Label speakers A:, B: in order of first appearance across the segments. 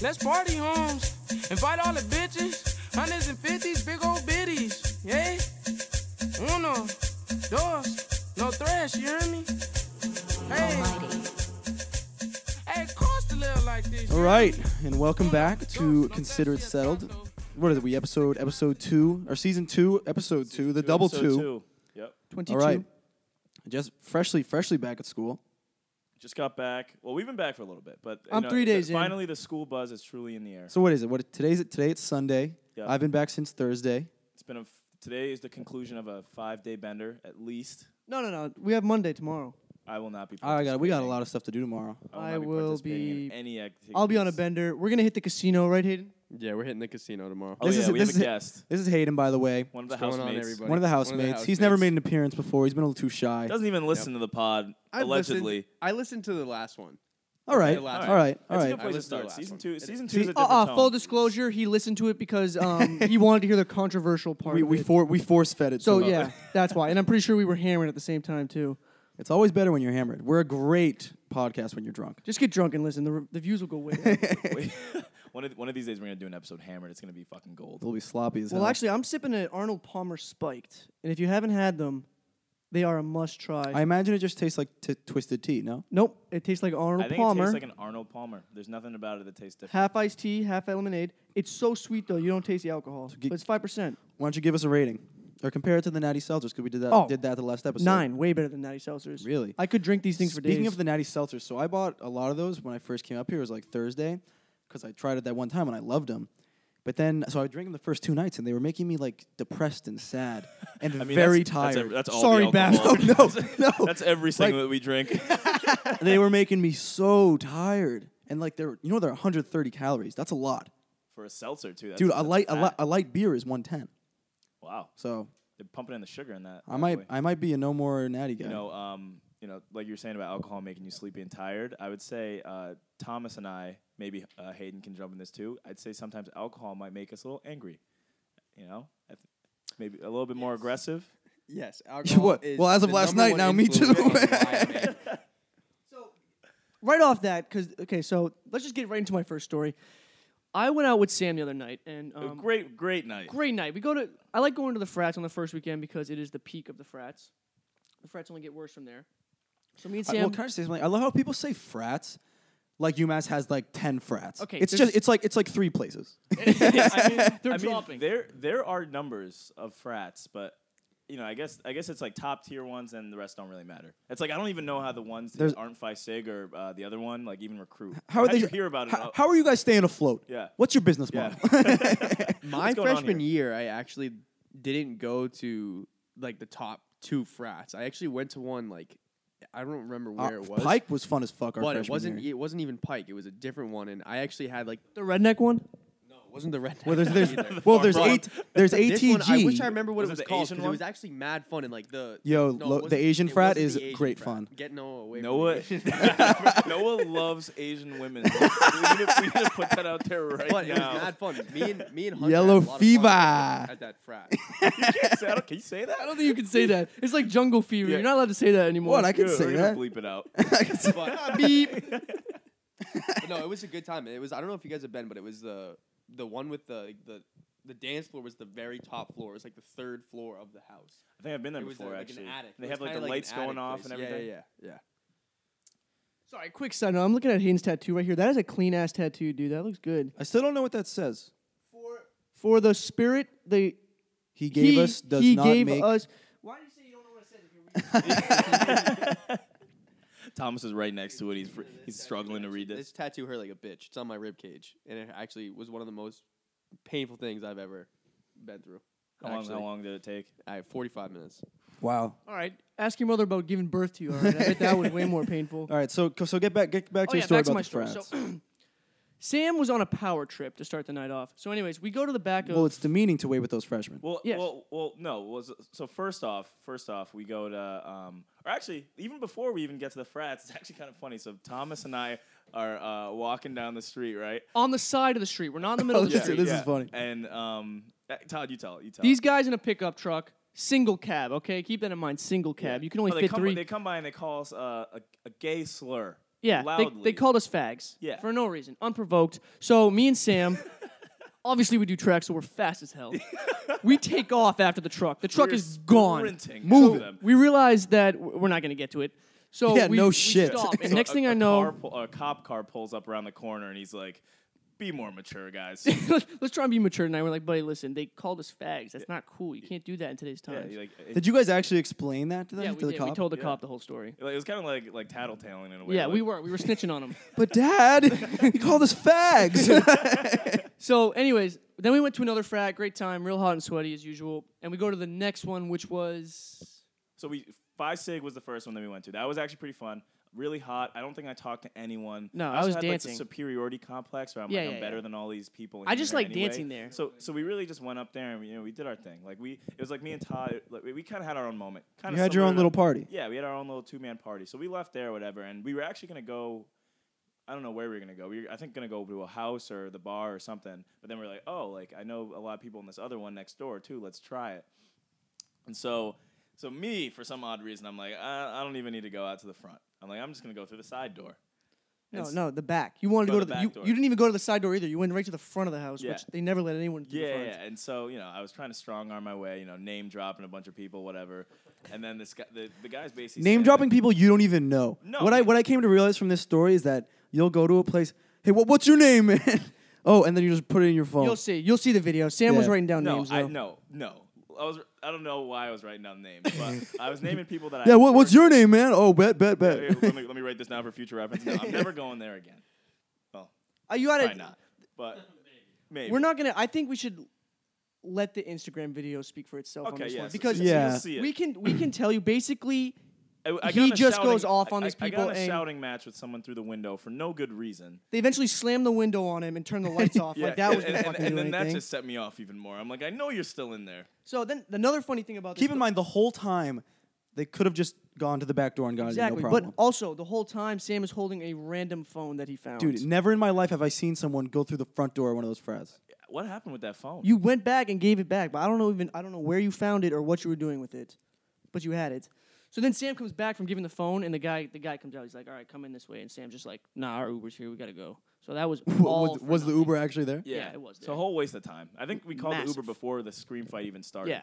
A: Let's party, homes. Invite all the bitches. Hundreds and fifties, big old biddies. Yeah? Uno, dos, no thrash, you hear me? Hey. Hey, it costs to live like this.
B: All
A: you
B: right,
A: hear me?
B: and welcome back to Consider It Settled. What is it? We episode episode two or season two episode two, the double
C: Episode
B: two.
C: Yep.
D: 22.
B: All right, just freshly freshly back at school.
C: Just got back. Well, we've been back for a little bit, but you
D: I'm
C: know,
D: three
C: the-
D: days in.
C: Finally, the school buzz is truly in the air.
B: So what is it? What today's it? Today it's Sunday.
C: Yeah.
B: I've been back since Thursday.
C: It's been a f- today is the conclusion of a five day bender at least.
D: No, no, no. We have Monday tomorrow.
C: I will not be.
B: I got we got a
C: participating.
B: lot of stuff to do tomorrow.
C: I will, not be, participating in
D: be-
C: any activities.
D: I'll be on a bender. We're going to hit the casino, right, Hayden?
E: Yeah, we're hitting the casino tomorrow.
C: Oh
B: This
C: yeah,
B: is-
C: we
B: this
C: have
B: is-
C: a guest.
B: This is Hayden, by the way.
C: One of the
E: What's going on,
C: housemates.
E: everybody?
B: One of the housemates. He's never made an appearance before. He's been a little too shy.
C: Doesn't even listen to the pod.
E: I've listened-
C: allegedly.
E: I listened to the last one.
B: all right,
E: the
B: all
E: last
B: right, all right.
C: That's a good
E: I
C: place to
E: listened to the
C: start.
E: last
C: Season
E: one.
C: two.
E: It-
C: Season two
D: See,
C: is a
D: uh,
C: different
D: uh,
C: tone.
D: full disclosure, he listened to it because um, he wanted to hear the controversial part.
B: We,
D: of
B: we,
D: it.
B: for, we force fed it.
D: so,
B: to him.
D: yeah, that's why. And I'm pretty sure we were hammering at the same time, too.
B: it's always better when you're hammered. We're a great podcast when you're drunk.
D: Just get drunk and listen. The, re- the views will go way up.
C: one, of, one of these days, we're gonna do an episode hammered. It's gonna be fucking gold.
B: We'll be sloppy as
D: well,
B: hell.
D: actually, I'm sipping an Arnold Palmer Spiked. And if you haven't had them, they are a must try.
B: I imagine it just tastes like t- twisted tea. No,
D: nope, it tastes like Arnold
C: I think it
D: Palmer.
C: tastes like an Arnold Palmer. There's nothing about it that tastes different.
D: half iced tea, half lemonade. It's so sweet, though, you don't taste the alcohol.
B: get-
D: but it's 5%.
B: why don't you give us a rating or compare it to the Natty Seltzers? Because we did that
D: Oh.
B: did that the last episode.
D: Nine, way better than natty seltzers.
B: Really?
D: I could drink these things for days.
B: Speaking of the Natty Seltzers, so I bought a lot of those when I first came up here. It was like Thursday, because I tried it that one time and I loved them. But then, so I drank them the first two nights, and they were making me like depressed and sad and
C: I mean,
B: very
C: that's,
B: tired.
C: That's, ev- that's all
D: Sorry,
C: the alcohol.
B: Bath. No, no, no.
C: that's everything that we drink.
B: they were making me so tired, and like they're you know they're 130 calories. That's a lot,
C: For a seltzer too, that's,
B: dude. A
C: that's
B: light a, li-
C: fat.
B: a light beer is 110.
C: Wow,
B: So
C: they're pumping in the sugar in that.
B: I might
C: definitely.
B: I might be a no more Natty guy.
C: you know, um, you know, like you were saying about alcohol making you sleepy and tired. I would say uh, Thomas and I, maybe uh, Hayden can jump in this too. I'd say sometimes alcohol might make us a little angry. You know, I th- maybe a little bit more aggressive.
E: Yes. Alcohol
B: What?
E: is
B: Well, as of
E: the
B: last
E: number
B: night,
E: one
B: now me
E: influence
B: too.
E: on why I make-
D: right off that, because okay, so let's just get right into my first story. I went out with Sam the other night, and
C: A
D: um, great.
C: great, great night.
D: night. We go to. I like going to the frats on the first weekend because it is the peak of the frats. The frats only get worse from there. So me and
B: I,
D: Sam.
B: well, can I just say something? I love how people say frats. Like UMass has like ten frats.
D: Okay,
B: it's
D: there's-
B: just it's like it's like three places.
C: I mean,
D: They're
C: I mean,
D: dropping.
C: there there are numbers of frats, but you know, I guess I guess it's like top tier ones, and the rest don't really matter. It's like I don't even know how the ones that
B: There's-
C: aren't Phi Sig or uh, the other one, like even recruit.
B: How are
C: do
B: they?
C: you hear about it?
B: How, how are you guys staying afloat?
C: Yeah.
B: What's your business
C: Yeah.
B: model?
E: My
C: going on
E: freshman year, I actually didn't go to like the top two frats. I actually went to one like I don't remember where it was.
B: Uh, Pike was fun as fuck. Our
E: but it
B: freshman
E: wasn't. e,
B: Year.
E: It wasn't even Pike. It was a different one, and I actually had like
D: the redneck one.
E: no. It wasn't the red.
B: Well, there's there's
E: either.
B: well there's
E: Wrong.
B: eight there's
E: This one,
B: ATG.
E: I wish I remember
C: Was
E: what it
C: it
E: was
C: the
E: called
C: Asian
E: 'cause it was
C: one?
E: actually mad fun and like the
B: Yo,
E: no, it
B: lo- the
E: wasn't-
B: Asian
E: it
B: frat
E: wasn't
B: is
E: the Asian
B: great
E: frat.
B: fun.
E: Get Noah away. from
C: Noah,
E: the Asian-
C: Noah loves Asian women. we, need to, we need to put that out there right
E: but it was
C: now.
E: mad fun. Me and me and Hunter
B: Yellow
E: had a lot of fun
B: fever.
E: at that frat.
C: You can't say- I don't- can you say that?
D: I don't think you can say that. It's like jungle fever. You're not allowed to say that anymore.
B: What I can
C: Good,
B: say
C: we're gonna
B: that.
C: bleep it out.
E: But,
D: beep.
E: but no, it was a good time. It was I don't know if you guys have been, but it was the the one with the the the dance floor was the very top floor. It was like the third floor of the house.
C: I think I've been there
E: It was
C: before.
E: uh, like
C: actually,
E: an attic.
C: they
E: It
C: have
E: was
C: like the
E: kinda an
C: lights
E: attic
C: going off
E: place.
C: and everything.
E: Yeah, yeah, yeah. yeah.
D: Sorry, quick side note. I'm looking at Hayden's tattoo right here. That is a clean ass tattoo, dude. That looks good.
B: I still don't know what that says.
D: For the spirit, the
B: He gave
D: he,
B: us does
D: he
B: not
D: gave
B: make.
D: us.
C: Thomas is right next to it. He's fr- he's struggling to read
E: This
C: this.
E: tattoo hurt like a bitch. It's on my rib cage, and it actually was one of the most painful things I've ever been through.
C: How long,
E: actually.
C: how long did it take?
E: I forty-five minutes.
B: wow.
D: All right, ask your mother about giving birth to you. All right, I bet that was way more painful.
B: All right, so so get back get back to
D: oh
B: your
D: yeah,
B: story
D: back to
B: about
D: my
B: the
D: story.
B: frats.
D: So, Sam was on a power trip to start the night off. So, anyways, we go to the back of.
B: well, it's demeaning to wait with those freshmen.
C: Well,
D: Yes.
C: well, well, no. Was so first off, first off, we go to, um, or actually, even before we even get to the frats, it's actually kind of funny. So Thomas and I are uh, walking down the street, right?
D: on the side of the street. We're not in the middle
B: Oh,
D: of the
B: this is-
D: street.
B: this is funny.
C: And um, uh, Todd, you tell it. You tell.
D: These
C: it.
D: guys in a pickup truck, single cab. Okay, keep that in mind. Single cab. You can only
C: Oh, they
D: fit
C: come,
D: three.
C: They come by and they call us uh, a, a gay slur.
D: Yeah, they, they
C: Loudly.
D: called us fags.
C: Yeah.
D: For no reason, unprovoked. So me and Sam, obviously we do track, so we're fast as hell. we take off after the truck. The truck
C: We're
D: is gone.
C: sprinting after
D: Move.
C: them.
D: We realize that w- we're not gonna get to it. So
B: Yeah,
D: we,
B: no
D: we
B: shit.
D: stop. And
C: So
D: next
C: a-
D: thing
C: a
D: I know,
C: car pull- a cop car pulls up around the corner and he's like, "Be more mature, guys."
D: let's let's try and be mature tonight. We're like, buddy, listen, they called us fags. That's not cool. You can't do that in today's
C: yeah,
D: times.
C: you, like, it,
B: Did you guys actually explain that to them?
D: Yeah,
B: to
D: we,
B: the
D: did.
B: cop?
D: we told the
C: Yeah.
D: cop the whole story.
C: like, it was kind of like like tattletaling in a way.
D: yeah,
C: like,
D: we were. We were snitching on him.
B: But dad, you called us fags.
D: So, anyways, then we went to another frat. Great time, real hot and sweaty as usual. And we go to the next one, which was
C: So we Phi Sig was the first one that we went to. That was actually pretty fun. Really hot. I don't think I talked to anyone.
D: No, I
C: also
D: was
C: had,
D: dancing.
C: Like, the superiority complex where I'm
D: Yeah,
C: like
D: yeah,
C: I'm better
D: yeah.
C: than all these people.
D: I just
C: here
D: like
C: anyway.
D: dancing there.
C: So so we really just went up there and you know we did our thing. Like we it was like me and Todd. Like, we we kind of had our own moment. Kind
B: you had your own little party.
C: Yeah, we had our own little two man party. So we left there, whatever, and we were actually gonna go. I don't know where we were gonna go. We were, I think gonna go to a house or the bar or something. But then we were like, oh, like I know a lot of people in this other one next door too. Let's try it. And so, so me for some odd reason, I'm like, I, I don't even need to go out to the front. I'm like, I'm just gonna go through the side door.
D: no,
C: It's-
D: no, the back. You wanted to
C: Go
D: go
C: to the
D: to the,
C: back
D: you,
C: door.
D: you didn't even go to the side door either. You went right to the front of the house,
C: Yeah.
D: which they never let anyone through
C: Yeah,
D: the
C: yeah.
D: front.
C: And so, you know, I was trying to strong arm my way, you know, name dropping a bunch of people, whatever. And then this guy, the, the guy's basically
B: Name
C: standing there.
B: dropping people you don't even know.
C: No.
B: What I what I came to realize from this story is that you'll go to a place. Hey, what, what's your name, man? oh, and then you just put it in your phone.
D: You'll see. You'll see the video. Sam was
B: Yeah.
D: writing down
C: No,
D: names.
C: I
D: though.
C: no, no. I was I don't know why I was writing down names, but I was naming people that.
B: yeah.
C: I
B: What, what's your
C: worked
B: name, man? Oh, bet, bet,
C: with. Here,
B: bet.
C: let, me, let me write this down for future reference. No, I'm never going there again. Well,
D: Uh, you gotta.
C: probably not. But maybe
D: We're not gonna. I think we should let the Instagram video speak for itself on
C: Okay,
D: this
C: yeah.
D: one
C: so-
D: because
C: so you'll
B: Yeah.
C: see it.
D: we can we can tell you basically.
C: I- I
D: he
C: got in a
D: just
C: shouting-
D: goes off on
C: I-
D: these
C: I- I
D: people
C: got in a
D: and-
C: shouting match with someone through the window for no good reason.
D: They eventually slammed the window on him and turned the lights off. Like that
C: and-
D: was
C: and,
D: gonna
C: and,
D: fucking
C: and
D: do
C: then that
D: anything.
C: just set me off even more. I'm like, I know you're still in there.
D: So then another funny thing about this
B: Keep in
D: th-
B: mind the whole time they could have just gone to the back door and got
D: Exactly.
B: it. No
D: but
B: problem.
D: also, the whole time, Sam is holding a random phone that he found.
B: Dude, never in my life have I seen someone go through the front door of one of those frats.
C: What happened with that phone?
D: you went back and gave it back, but I don't know even I don't know where you found it or what you were doing with it, but you had it. So then Sam comes back from giving the phone, and the guy the guy comes out. He's like, "All right, come in this way." And Sam's just like, "Nah, our Uber's here. We gotta go." So that was all.
B: was
D: for
B: was the
D: nothing.
B: Uber actually there?
D: yeah, it was
C: It's
D: there.
C: a whole waste of time. I think we called the Uber
D: Massive.
C: before the scream fight even started.
D: Yeah,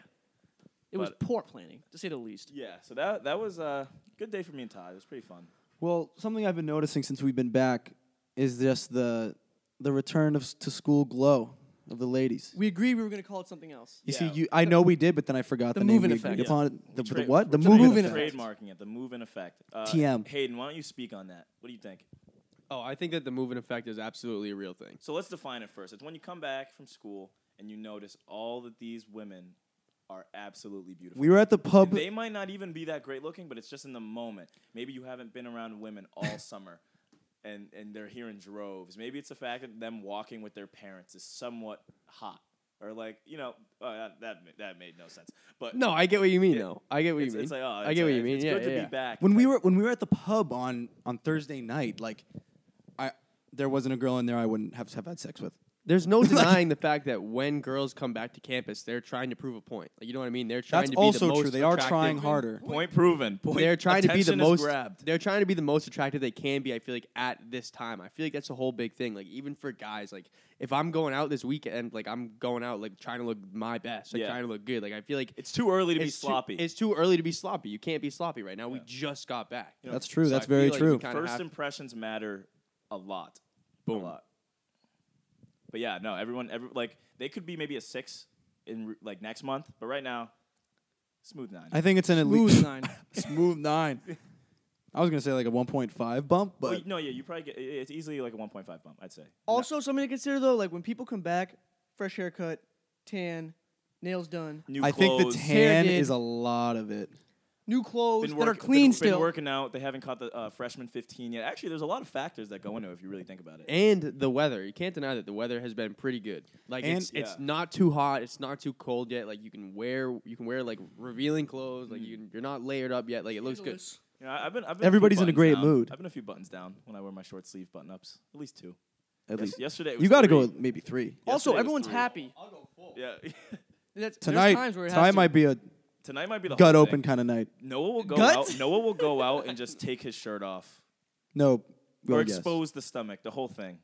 D: it was
C: But-
D: poor planning to say the least.
C: Yeah. So that that was a good day for me and Todd. It was pretty fun.
B: Well, something I've been noticing since we've been back is just the the return of s- to school glow of the ladies.
D: We agreed we were gonna call it something else.
B: You
C: Yeah.
B: see, you I know we did, but then I forgot the,
D: The
B: name
D: move-in
B: we
D: effect.
B: agreed
D: Yeah.
B: upon the,
C: Tra-
B: the what the
C: we're
B: move
D: move-in
B: effect.
D: effect.
C: Trademarking it, the move-in effect. Uh,
B: TM.
C: Hayden, why don't you speak on that? What do you think?
E: Oh, I think that the move-in effect is absolutely a real thing.
C: So let's define it first. It's when you come back from school and you notice all that these women are absolutely beautiful.
B: We were at the pub.
C: they might not even be that great looking, but it's just in the moment. Maybe you haven't been around women all summer, and and they're here in droves. Maybe it's the fact that them walking with their parents is somewhat hot, or like you know uh, that that ma- that made no sense. But
E: No, I get what you mean, though. I get what
C: it's,
E: you mean.
C: it's like oh,
E: I
C: it's
E: get
C: like-
E: what you
C: it's-
E: mean.
C: It's
E: yeah,
C: good
E: yeah,
C: to
E: yeah.
C: be back.
B: when we
C: Like,
B: were when we were at the pub on on Thursday night, like I there wasn't a girl in there I wouldn't have have had sex with.
E: There's no denying the fact that when girls come back to campus, they're trying to prove a point. Like you know what I mean? They're trying
B: That's
E: to be the
B: also
E: most
B: true. They are trying
E: attractive-
B: harder.
C: point proven. Point
E: They're trying to be the
C: attention is
E: most.
C: grabbed.
E: They're trying to be the most attractive they can be. I feel like at this time, I feel like that's a whole big thing. Like even for guys, like if I'm going out this weekend, like I'm going out like trying to look my best, like
C: Yeah.
E: trying to look good. Like I feel like
C: It's too early to be
E: it's too-
C: sloppy.
E: it's too early to be sloppy. You can't be sloppy right now. We just got back.
C: You know,
B: That's true.
E: So
B: That's
E: I feel
B: very
E: like we
B: true.
E: kinda
C: First
E: have-
C: impressions matter a lot. A
E: Boom.
C: lot. But yeah, no, everyone, every, like they could be maybe a six in re- like next month, but right now, smooth nine.
B: I think it's an at
D: Smooth
B: least
D: nine.
B: smooth nine. I was gonna say like a 1.5 bump,
C: Well,
B: but
C: no, yeah, you probably get it- it's easily like a 1.5 bump, I'd say.
D: Also, something to consider though, like when people come back, fresh haircut, tan, nails done,
C: New
B: I think the
C: clothes,
B: tan
D: did.
B: is a lot of it.
D: new clothes
C: been
D: that are
C: work-
D: clean
C: been,
D: still.
C: Been working out. They haven't caught the uh, freshman 15 yet. Actually, there's a lot of factors that go into it if you really think about it.
E: and the weather. You can't deny that the weather has been pretty good. Like
B: And-
E: it's it's
C: Yeah.
E: not too hot, it's not too cold yet. Like you can wear you can wear like revealing clothes.
D: Mm.
E: Like you you're not layered up yet. Like it looks good.
D: Scandalous.
C: You know, I- I've been, I've been few
B: Everybody's in a
C: buttons
B: great
C: down.
B: mood.
C: I've been a few buttons down when I wear my short sleeve button ups. At least two.
B: At
C: Yes-
B: least
C: yesterday. it
B: you
C: was
B: got to go
C: three.
B: with maybe three.
D: Also,
C: Yesterday was
D: everyone's
C: three.
D: happy.
C: Yeah.
D: That's, there's
B: Tonight,
D: times where it has
B: tonight
D: to-
B: might be a
C: Tonight might be the
B: gut
C: whole
B: open
C: Thing.
B: kind of night.
C: Noah will go
D: Gut?
C: out. Noah will go out and just take his shirt off.
B: No, Well,
C: or
B: yes.
C: expose the stomach, the whole thing.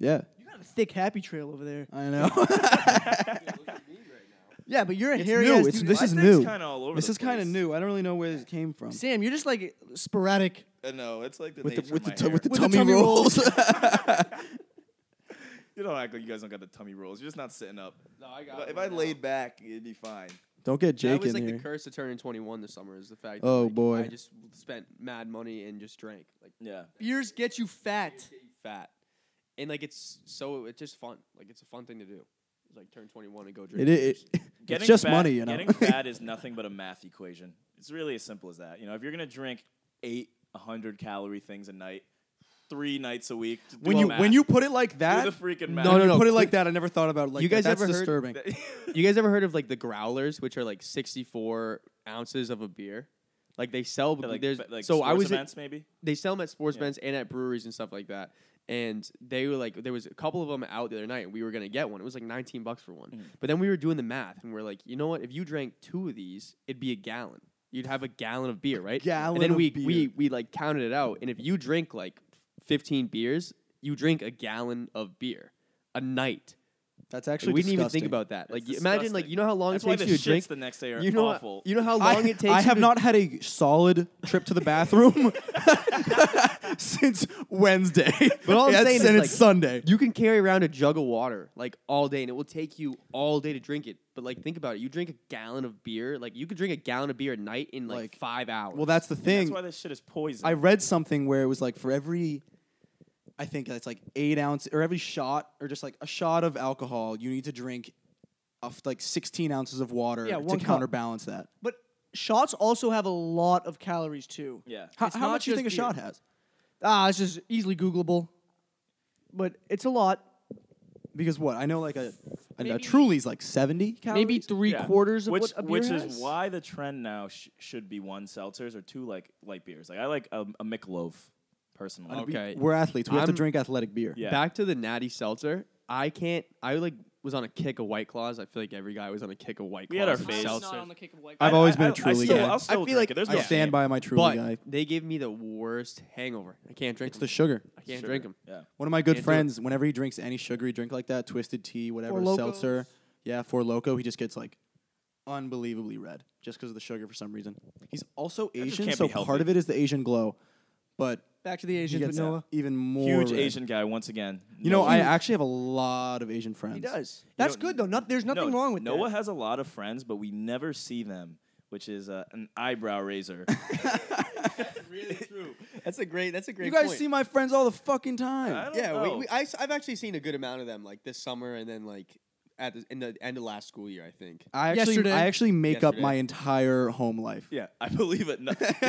B: Yeah,
D: You got a thick happy trail over there.
B: I know.
D: Yeah, but you're a
B: It's
D: hairy
B: new.
D: ass
B: It's-
D: dude.
B: this
C: My
B: is
C: thing's
B: new.
C: Kind of all over.
B: this
C: the
B: is kind of
C: place.
B: new. I don't really know where this came from.
D: Sam, you're just like sporadic.
C: Uh, no, it's like the
B: With
C: nature
B: the with
C: of
B: the,
C: my
B: tu-
C: hair.
B: with the
D: With the
B: tummy,
D: tummy
B: rolls.
C: you don't act like you guys don't got the tummy rolls. You're just not sitting up.
E: No, I
C: If
E: got.
C: I- if
E: one
C: I
E: now.
C: laid back, it'd be fine.
B: don't get Jake
E: that was
B: in
E: like
B: here.
E: the curse of turning 21 this summer is the fact. that,
B: Oh,
E: like,
B: boy.
E: I just spent mad money and just drank like
C: Yeah.
D: Beers get you fat.
E: fat, and like it's so it's just fun. Like it's a fun thing to do. It's like turn 21 and go drink.
B: It, it,
E: beers.
B: it's just
C: fat,
B: money, you know.
C: Getting fat is nothing but a math equation. It's really as simple as that. You know, if you're gonna drink eight hundred calorie things a night, three nights a week, do
B: when
C: the
B: you
C: math.
B: when you put it like
C: do
B: that,
C: the freaking
E: No,
C: math.
B: when
E: no,
B: you
E: no.
B: put it like that, I never thought about it like
E: You
B: that.
E: guys
B: That's
E: ever heard-
B: disturbing.
E: you guys ever heard of like the growlers, which are like 64 ounces of a beer? Like they sell.
C: like,
E: there's
C: ba- like
E: so I
C: sports
E: was at-
C: events maybe.
E: they sell them at sports
C: Yeah.
E: events and at breweries and stuff like that. And they were like, there was a couple of them out the other night, and we were gonna get one. It was like 19 bucks for one.
C: Mm.
E: But then we were doing the math, and we're like, you know what? If you drank two of these, it'd be a gallon. You'd have a gallon of beer, right?
B: gallon
E: And then
B: of
E: we
B: beer.
E: we we like counted it out, and if you drink like 15 beers, you drink a gallon of beer a night.
B: That's
E: Like,
B: actually
E: we didn't even think
B: disgusting.
E: about that. Like
C: It's
E: you- imagine, like
C: disgusting.
E: you know how long
C: That's
E: it
C: why
E: takes
C: the
E: you
C: shits
E: to drink.
C: the next day are
E: you know,
C: awful.
E: you know how long
B: I,
E: it takes.
B: I
E: you
B: have
E: to-
B: not had a solid trip to the bathroom since Wednesday.
E: But all I'm
B: That's-
E: saying is,
B: and
E: like,
B: it's Sunday.
E: You can carry around a jug of water like all day, and it will take you all day to drink it. But like, think about it. You drink a gallon of beer. Like, you could drink a gallon of beer at night in like,
B: Like-
E: five hours.
B: Well, that's the
C: That's
B: thing.
C: why this shit is poison.
B: I read something where it was like for every, I think it's like eight ounce or every shot or just like a shot of alcohol, you need to drink, of like sixteen ounces of water
D: Yeah,
B: to
D: one cup.
B: counterbalance that.
D: But shots also have a lot of calories too.
C: yeah.
B: How,
D: It's
B: how
D: not
B: much do you
D: just
B: think a shot
D: beer.
B: has?
D: Ah, it's just easily Googleable. But it's a lot.
B: Because what I know, like a a, a
D: Maybe-
B: Truly's like seventy calories.
D: Maybe three
C: Yeah.
D: quarters of
C: which,
D: what a beer
C: which
D: has.
C: is why the trend now sh- should be one seltzers or two like light beers. Like I like a, a Michelob personally.
E: Okay.
B: We're athletes. We have to
E: I'm-
B: drink athletic beer.
C: Yeah.
E: Back to the natty seltzer. I can't. I like was on a kick of White Claws. I feel like every guy was on a kick of White Claws.
C: We had our
E: and
C: phase.
D: I'm
E: seltzer.
D: not on the kick of white
B: I've
C: I-
B: always
C: I-
B: been a
C: I- I
B: Truly
C: still-
B: guy.
C: I'll still
E: I feel
C: drink
E: like
C: it. There's
B: I
C: no
B: stand
C: shame.
B: by my Truly
E: But
B: guy.
E: they gave me the worst hangover. I can't drink.
B: It's
E: 'em.
B: the sugar.
E: I can't
C: Sure.
E: drink them.
C: Yeah.
B: One of my good
E: Can't do it.
B: friends, whenever he drinks any sugary drink like that, twisted tea, whatever,
D: Locos.
B: seltzer, yeah, for loco, he just gets like unbelievably red just because of the sugar for some reason. He's also Asian,
C: can't
B: so
C: be healthy.
B: part of it is the Asian glow, but
D: Back to the
B: he
D: Asians with
B: gets
D: Noah.
B: even more
C: Huge
B: red.
C: Asian guy once again.
B: You know, I actually have a lot of Asian friends.
D: He does. That's
C: know,
D: good though. Not, there's nothing
C: no,
D: wrong with
C: Noah
D: that.
C: has a lot of friends, but we never see them, which is uh, an eyebrow raiser.
E: Really true. That's a great. That's a great.
B: You guys see my friends all the fucking time.
C: I don't
E: Yeah, we,
C: know.
E: we, I, have actually seen a good amount of them like this summer and then like at the, in the end of last school year, I think.
B: I actually,
D: Yesterday.
B: I actually make up
E: Yesterday.
B: my entire home life.
C: yeah, I believe it. No,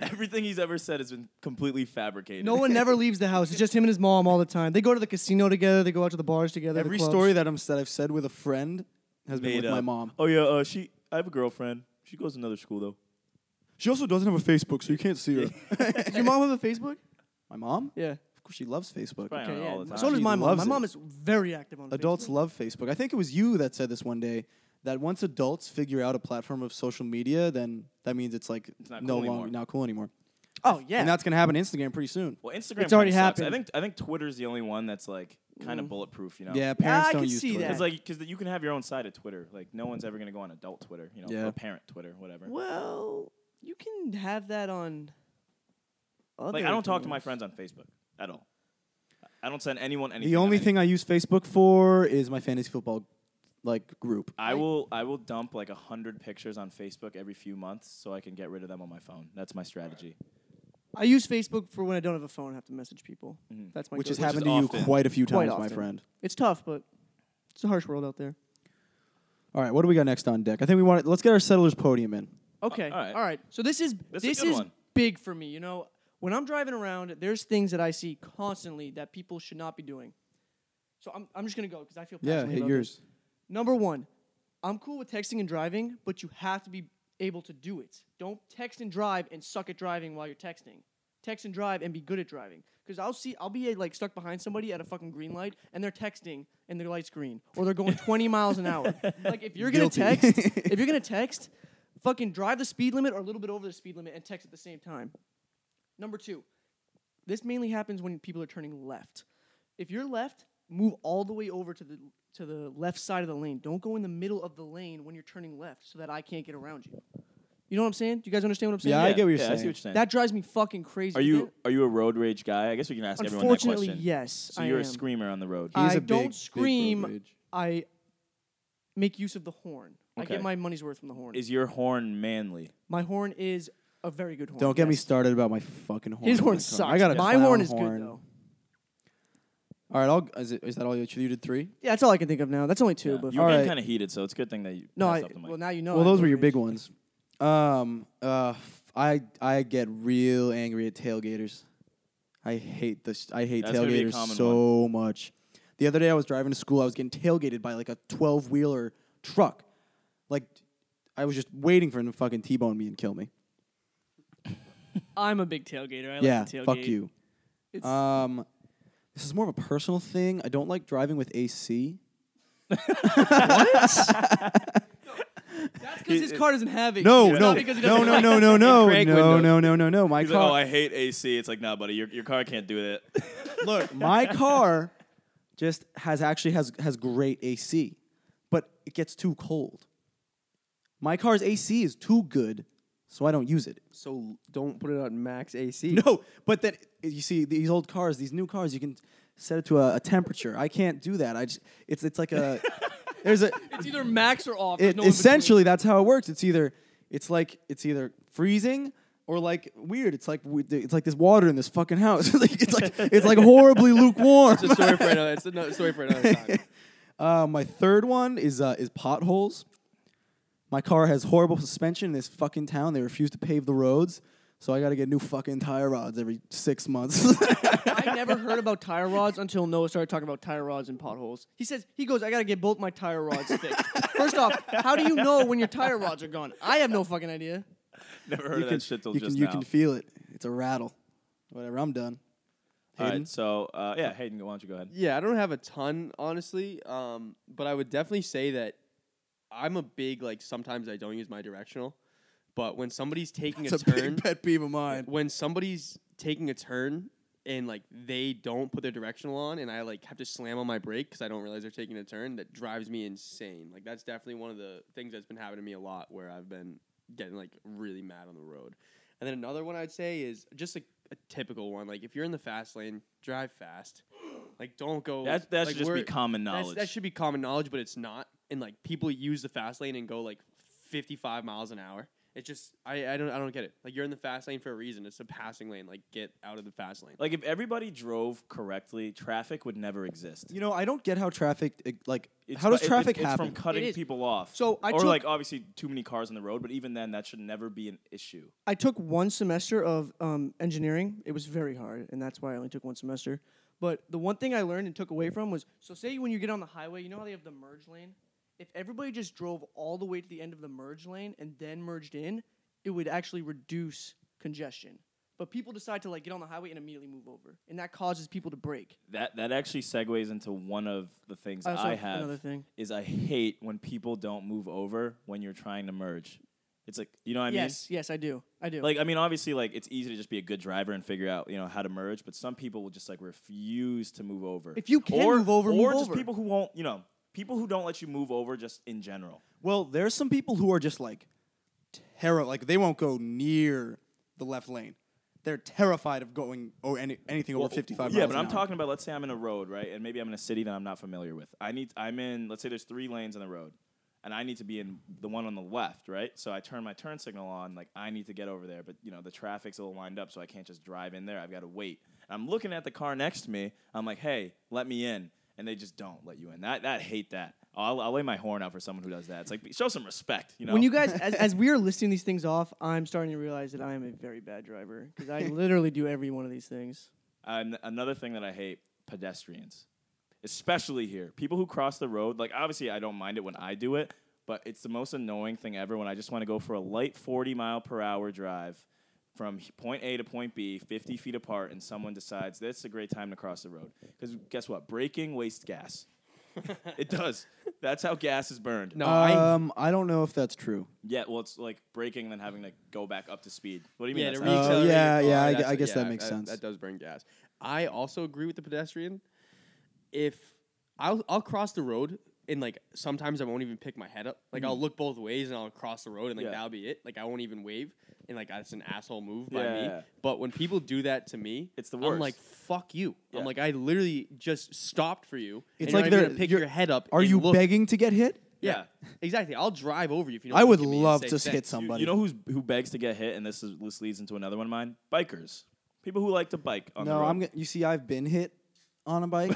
C: everything he's ever said has been completely fabricated.
D: Noah never leaves the house. It's just him and his mom all the time. They go to the casino together. They go out to the bars together. the
B: Every
D: clubs.
B: story that I'm said I've said with a friend has been
C: made
B: with my
C: up.
B: mom.
C: Oh yeah, uh, she. I have a girlfriend. She goes to another school though.
B: She also doesn't have a Facebook, so you can't see her.
D: Does your mom have a Facebook?
B: my mom?
D: Yeah.
B: Of course, she loves Facebook.
C: Right on
D: Okay,
C: it all the
D: yeah.
C: time.
D: So does
B: She
D: my mom.
B: loves
D: My
B: it.
D: mom is very active on
B: Adults
D: Facebook.
B: love Facebook. I think it was you that said this one day that once adults figure out a platform of social media, then that means it's like
C: not
B: no
C: cool
B: longer
C: anymore.
B: not cool anymore.
D: Oh yeah.
B: And that's gonna happen to Instagram pretty soon.
C: Well, Instagram.
D: It's already
C: kinda sucks. I
D: happened. Mm.
C: think I think Twitter's the only one that's like kind of bulletproof. You know.
B: Yeah, parents
D: I
B: don't
D: can
B: use
D: see
B: Twitter.
D: that.
C: It's like because you can have your own side of Twitter. Like no one's ever gonna go on adult Twitter. You know,
B: Yeah.
C: or parent Twitter, whatever.
D: Well, you can have that on.
C: Like I don't talk to my friends on Facebook at all. I don't send anyone anything.
B: the
C: on
B: only
C: any-
B: thing I use Facebook for is my fantasy football like group.
C: I will I will dump like a hundred pictures on Facebook every few months so I can get rid of them on my phone. That's my strategy.
D: I use Facebook for when I don't have a phone. and have to message people. That's my.
B: Mm-hmm. Which has
D: go-to.
B: happened to
C: is
B: you
C: often.
B: quite a few
D: Quite
B: times, my
D: often.
B: friend.
D: It's tough, but it's a harsh world out there.
B: All right, what do we got next on deck? I think we want to, let's get our settlers podium in.
D: Okay.
C: all right.
D: All right. So this is
C: This is a
D: this
C: good
D: is
C: one.
D: big for me. You know, when I'm driving around, there's things that I see constantly that people should not be doing. So I'm, I'm just gonna go because I feel
B: Yeah,
D: passionate
B: hit
D: about
B: yours.
D: This. Number one, I'm cool with texting and driving, but you have to be able to do it. Don't text and drive and suck at driving while you're texting. Text and drive and be good at driving. Because I'll see, I'll be like stuck behind somebody at a fucking green light and they're texting and their light's green or they're going 20 miles an hour. Like if you're gonna
B: Guilty.
D: text, if you're gonna text, fucking drive the speed limit or a little bit over the speed limit and text at the same time. Number two, This mainly happens when people are turning left. If you're left, move all the way over to the to the left side of the lane. Don't go in the middle of the lane when you're turning left, so that I can't get around you. You know what I'm saying? Do you guys understand what I'm saying?
B: Yeah, I get what you're
C: yeah, I see
B: saying.
C: what you're saying.
D: That drives me fucking crazy.
C: are
D: You
C: you
D: can't-
C: are you a road rage guy? I guess we can ask everyone that
D: Unfortunately,
C: question.
D: yes.
C: So
D: I
C: you're
D: am.
C: a screamer on the road.
B: He's
D: I
B: a
D: don't
B: big- big road
D: scream.
B: rage.
D: I make use of the horn. I
C: Okay.
D: get my money's worth from the horn.
C: Is your horn manly?
D: my horn is a very good horn.
B: Don't get me
D: yes.
B: started about my fucking horn.
D: His
B: Oh my
D: horn
B: God.
D: sucks.
B: I got a
D: my
B: clown
D: horn is
B: horn.
D: good though.
B: All right, I'll, is, it, is that all you, you did three?
D: Yeah, that's all I can think of now. That's only two,
C: Yeah.
D: but
C: you were
B: All
C: getting
B: right.
C: kind of heated, so it's a good thing that you
D: no.
C: passed
D: I,
C: off the mic.
D: well, now you know.
B: well,
D: I
B: those
D: go
B: were your
D: rage.
B: big ones. Um, uh, I I get real angry at tailgaters. I hate this. I hate
C: That's gonna be a
B: tailgaters
C: common
B: so much. The other day I was driving to school. I was getting tailgated by like a twelve wheeler truck. Like I was just waiting for him to fucking t-bone me and kill me.
D: I'm a big tailgater. I
B: yeah,
D: like to tailgate.
B: fuck you.
D: It's-
B: Um, this is more of a personal thing. I don't like driving with AC.
D: That's because his car doesn't have it.
B: No,
D: It's
B: no,
D: not because he doesn't
B: no, no,
D: like
B: no, no, no,
E: Crank
B: no,
E: windows.
B: no, no, no, no. My
C: He's like, oh,
B: car,
C: I hate AC. It's like, nah, buddy, your, your car can't do that.
B: look, my car just has actually has has great AC, but it gets too cold. My car's AC is too good, so I don't use it.
E: So don't put it on max AC.
B: No, but then you see these old cars, these new cars, you can set it to a, a temperature. I can't do that. I just it's it's like a there's a
D: It's either max or off. There's
B: it,
D: no in between.
B: essentially that's how it works. It's either it's like it's either freezing or like weird. It's like we- it's like this water in this fucking house. It's like- it's like it's like horribly lukewarm.
E: It's a story for another. It's another story for another time.
B: Uh, my third one is uh, is potholes. My car has horrible suspension in this fucking town. They refuse to pave the roads, so I got to get new fucking tire rods every six months.
D: I never heard about tire rods until Noah started talking about tire rods and potholes. He says he goes, I gotta get both my tire rods fixed. First off, how do you know when your tire rods are gone? I have no fucking idea.
C: Never heard
B: you
C: of
B: can,
C: that shit till
B: you,
C: just
B: can you
C: now.
B: can feel it. It's a rattle. Whatever. I'm done.
C: All
B: Hayden?
C: right, so uh, yeah, Hayden, why don't you go ahead?
E: Yeah, I don't have a ton, honestly. Um, but I would definitely say that I'm a big like. Sometimes I don't use my directional, but when somebody's taking
B: It's
E: a turn,
B: big pet peeve of mine.
E: when somebody's taking a turn and like they don't put their directional on and I like have to slam on my brake because I don't realize they're taking a turn, that drives me insane. Like that's definitely one of the things that's been happening to me a lot where I've been getting like really mad on the road. And then another one I'd say is just like a typical one. Like if you're in the fast lane, drive fast. Like don't go
C: That, that
E: like,
C: should just be
E: we're-
C: common
E: that's-
C: knowledge.
E: That should be common knowledge, but it's not. And like people use the fast lane and go like 55 miles an hour. It's just I, I don't I don't get it. Like you're in the fast lane for a reason. It's a passing lane. Like get out of the fast lane.
C: like if everybody drove correctly, traffic would never exist.
B: You know, I don't get how traffic eh, like
C: It's
B: how does
C: fu- it-
B: traffic
C: it's, it's
B: happen?
C: from cutting
D: It is.
C: people off.
D: So I
C: or
D: took-
C: like obviously too many cars on the road, but even then, that should never be an issue.
D: I took one semester of um, engineering. It was very hard, and that's why I only took one semester. But the one thing I learned and took away from was so say when you get on the highway, you know how they have the merge lane? If everybody just drove all the way to the end of the merge lane and then merged in, it would actually reduce congestion. But people decide to like get on the highway and immediately move over, and that causes people to break.
C: That that actually segues into one of the things
D: I also
C: I
D: have
C: have.
D: another thing.
C: is I hate when people don't move over when you're trying to merge. It's like you know what I mean.
D: yes, yes, I do, I do.
C: Like I mean, obviously, like it's easy to just be a good driver and figure out you know how to merge, but some people will just like refuse to move over.
D: If you can
C: or,
D: move over,
C: or
D: move
C: just
D: over.
C: people who won't, you know, people who don't let you move over just in general.
B: Well, there's some people who are just like terror like they won't go near the left lane. They're terrified of going or any, anything over 55
C: Yeah,
B: miles
C: but
B: an
C: I'm
B: hour.
C: talking about let's say I'm in a road, right, and maybe I'm in a city that I'm not familiar with. I need I'm in let's say there's three lanes on the road, and I need to be in the one on the left, right? So I turn my turn signal on, like I need to get over there, but you know the traffic's all lined up, so I can't just drive in there. I've got to wait. I'm looking at the car next to me. I'm like, hey, let me in, and they just don't let you in. That that hate that. I'll, I'll lay my horn out for someone who does that. It's like show some respect, you know.
D: When you guys, as, as we are listing these things off, I'm starting to realize that I am a very bad driver because I literally do every one of these things.
C: An- another thing that I hate pedestrians, especially here. People who cross the road, like, obviously, I don't mind it when I do it, but it's the most annoying thing ever when I just want to go for a light 40 mile per hour drive from h- point A to point B, 50 feet apart, and someone decides that's a great time to cross the road. Because guess what? Braking wastes gas. it does. That's how gas is burned.
E: No, I.
B: Um, I don't know if that's true.
C: Yeah, well, it's like braking and then having to go back up to speed. What do you mean?
E: Yeah,
C: that's
E: to
C: not true?
B: Oh,
E: reaccelerate your
B: yeah,
E: car,
B: yeah, I gu-
E: that's-
B: I guess that
E: yeah,
B: makes sense.
E: That does burn gas. I also agree with the pedestrian. If I'll I'll cross the road and like sometimes I won't even pick my head up. Like I'll look both ways and I'll cross the road and like
C: Mm-hmm. Yeah.
E: that'll be it. Like I won't even wave and like that's an asshole move by
C: Yeah.
E: me. But when people do that to me,
C: It's the
E: I'm
C: worst.
E: like fuck you.
C: Yeah.
E: I'm like I literally just stopped for you.
B: It's like
E: and you're not even
B: they're-
E: gonna pick
B: you're-
E: your head up.
B: Are
E: and
B: you
E: look.
B: begging to get hit?
E: Yeah, exactly. I'll drive over you if you. Don't
B: I
E: wanna
B: would
E: give me a
B: love
E: safe
B: to hit
E: thanks.
C: You-
B: somebody.
C: You, know who's who begs to get hit, and this is this leads into another one of mine. Bikers, people who like to bike on the
B: no,
C: road.
B: I'm. g- You see, I've been hit on a bike.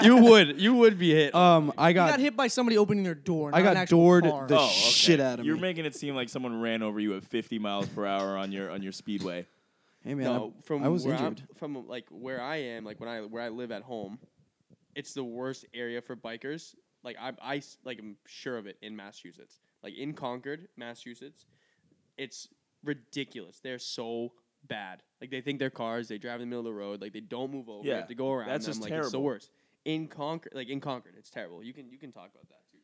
E: you would. You would be hit.
B: um, I
D: You
B: got,
D: got hit by somebody opening their door.
B: I
D: not an
B: got
D: actual
B: doored
D: car.
B: the shit out of
C: Oh, You're
B: me.
C: making it seem like someone ran over you at 50 miles per hour on your on your speedway.
B: hey man,
E: no,
B: I,
E: from
B: I was
E: where I'm-
B: injured.
E: from like where I am, like when I where I live at home, it's the worst area for bikers. Like I, I s- like I'm sure of it in Massachusetts. Like in Concord, Massachusetts, it's ridiculous. They're so bad. Like they think they're cars. They drive in the middle of the road. Like they don't move over. They
C: Yeah,
E: have to go around.
C: that's
E: them.
C: just
E: like, It's the
C: terrible.
E: worst. In Concord, like in Concord, it's terrible. You can you can talk about that too.